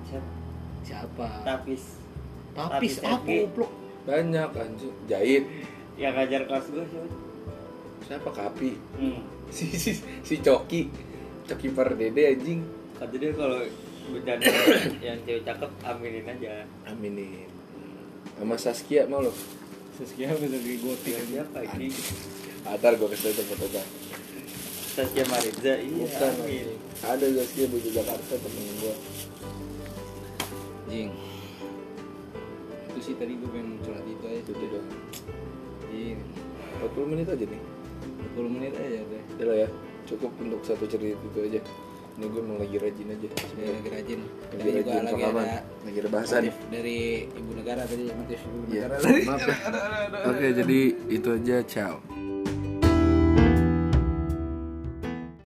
Speaker 4: siapa?
Speaker 1: Nah,
Speaker 2: Siapa?
Speaker 4: Tapis.
Speaker 2: Tapis
Speaker 4: Tapis
Speaker 2: apa
Speaker 4: FG.
Speaker 2: goblok?
Speaker 1: banyak anjing jahit
Speaker 4: Yang ngajar kelas gue siapa?
Speaker 1: siapa kapi
Speaker 4: Hmm.
Speaker 1: si si si coki coki pardede anjing
Speaker 4: Kata dia kalau bercanda yang cewek cakep aminin aja.
Speaker 1: aminin sama Saskia mau lo
Speaker 2: Saskia bisa di gotik
Speaker 4: Dengan siapa ini?
Speaker 1: Atar gue kesel tempat aja
Speaker 4: Saskia Mariza. Iya.
Speaker 1: Bukan
Speaker 4: Amin.
Speaker 1: anjing. Ada Saskia di Jakarta temen gue
Speaker 2: Jing. Itu sih tadi gue pengen curhat itu aja.
Speaker 1: Eh, Itu tuh dong
Speaker 2: Jing.
Speaker 1: 40 menit aja nih
Speaker 2: 10 menit aja Eh, deh.
Speaker 1: Udah lah ya Cukup untuk satu cerita itu aja Ini gue emang lagi rajin aja
Speaker 2: Dia
Speaker 1: sebenarnya.
Speaker 2: lagi rajin. Tadi
Speaker 1: Lagi
Speaker 2: juga
Speaker 1: rajin
Speaker 2: Iya. lagi
Speaker 1: rekaman
Speaker 2: ada
Speaker 1: Lagi ada bahasan
Speaker 2: motif dari ibu negara tadi motif ibu
Speaker 1: Iya
Speaker 2: negara.
Speaker 1: maaf ya Oke jadi itu aja ciao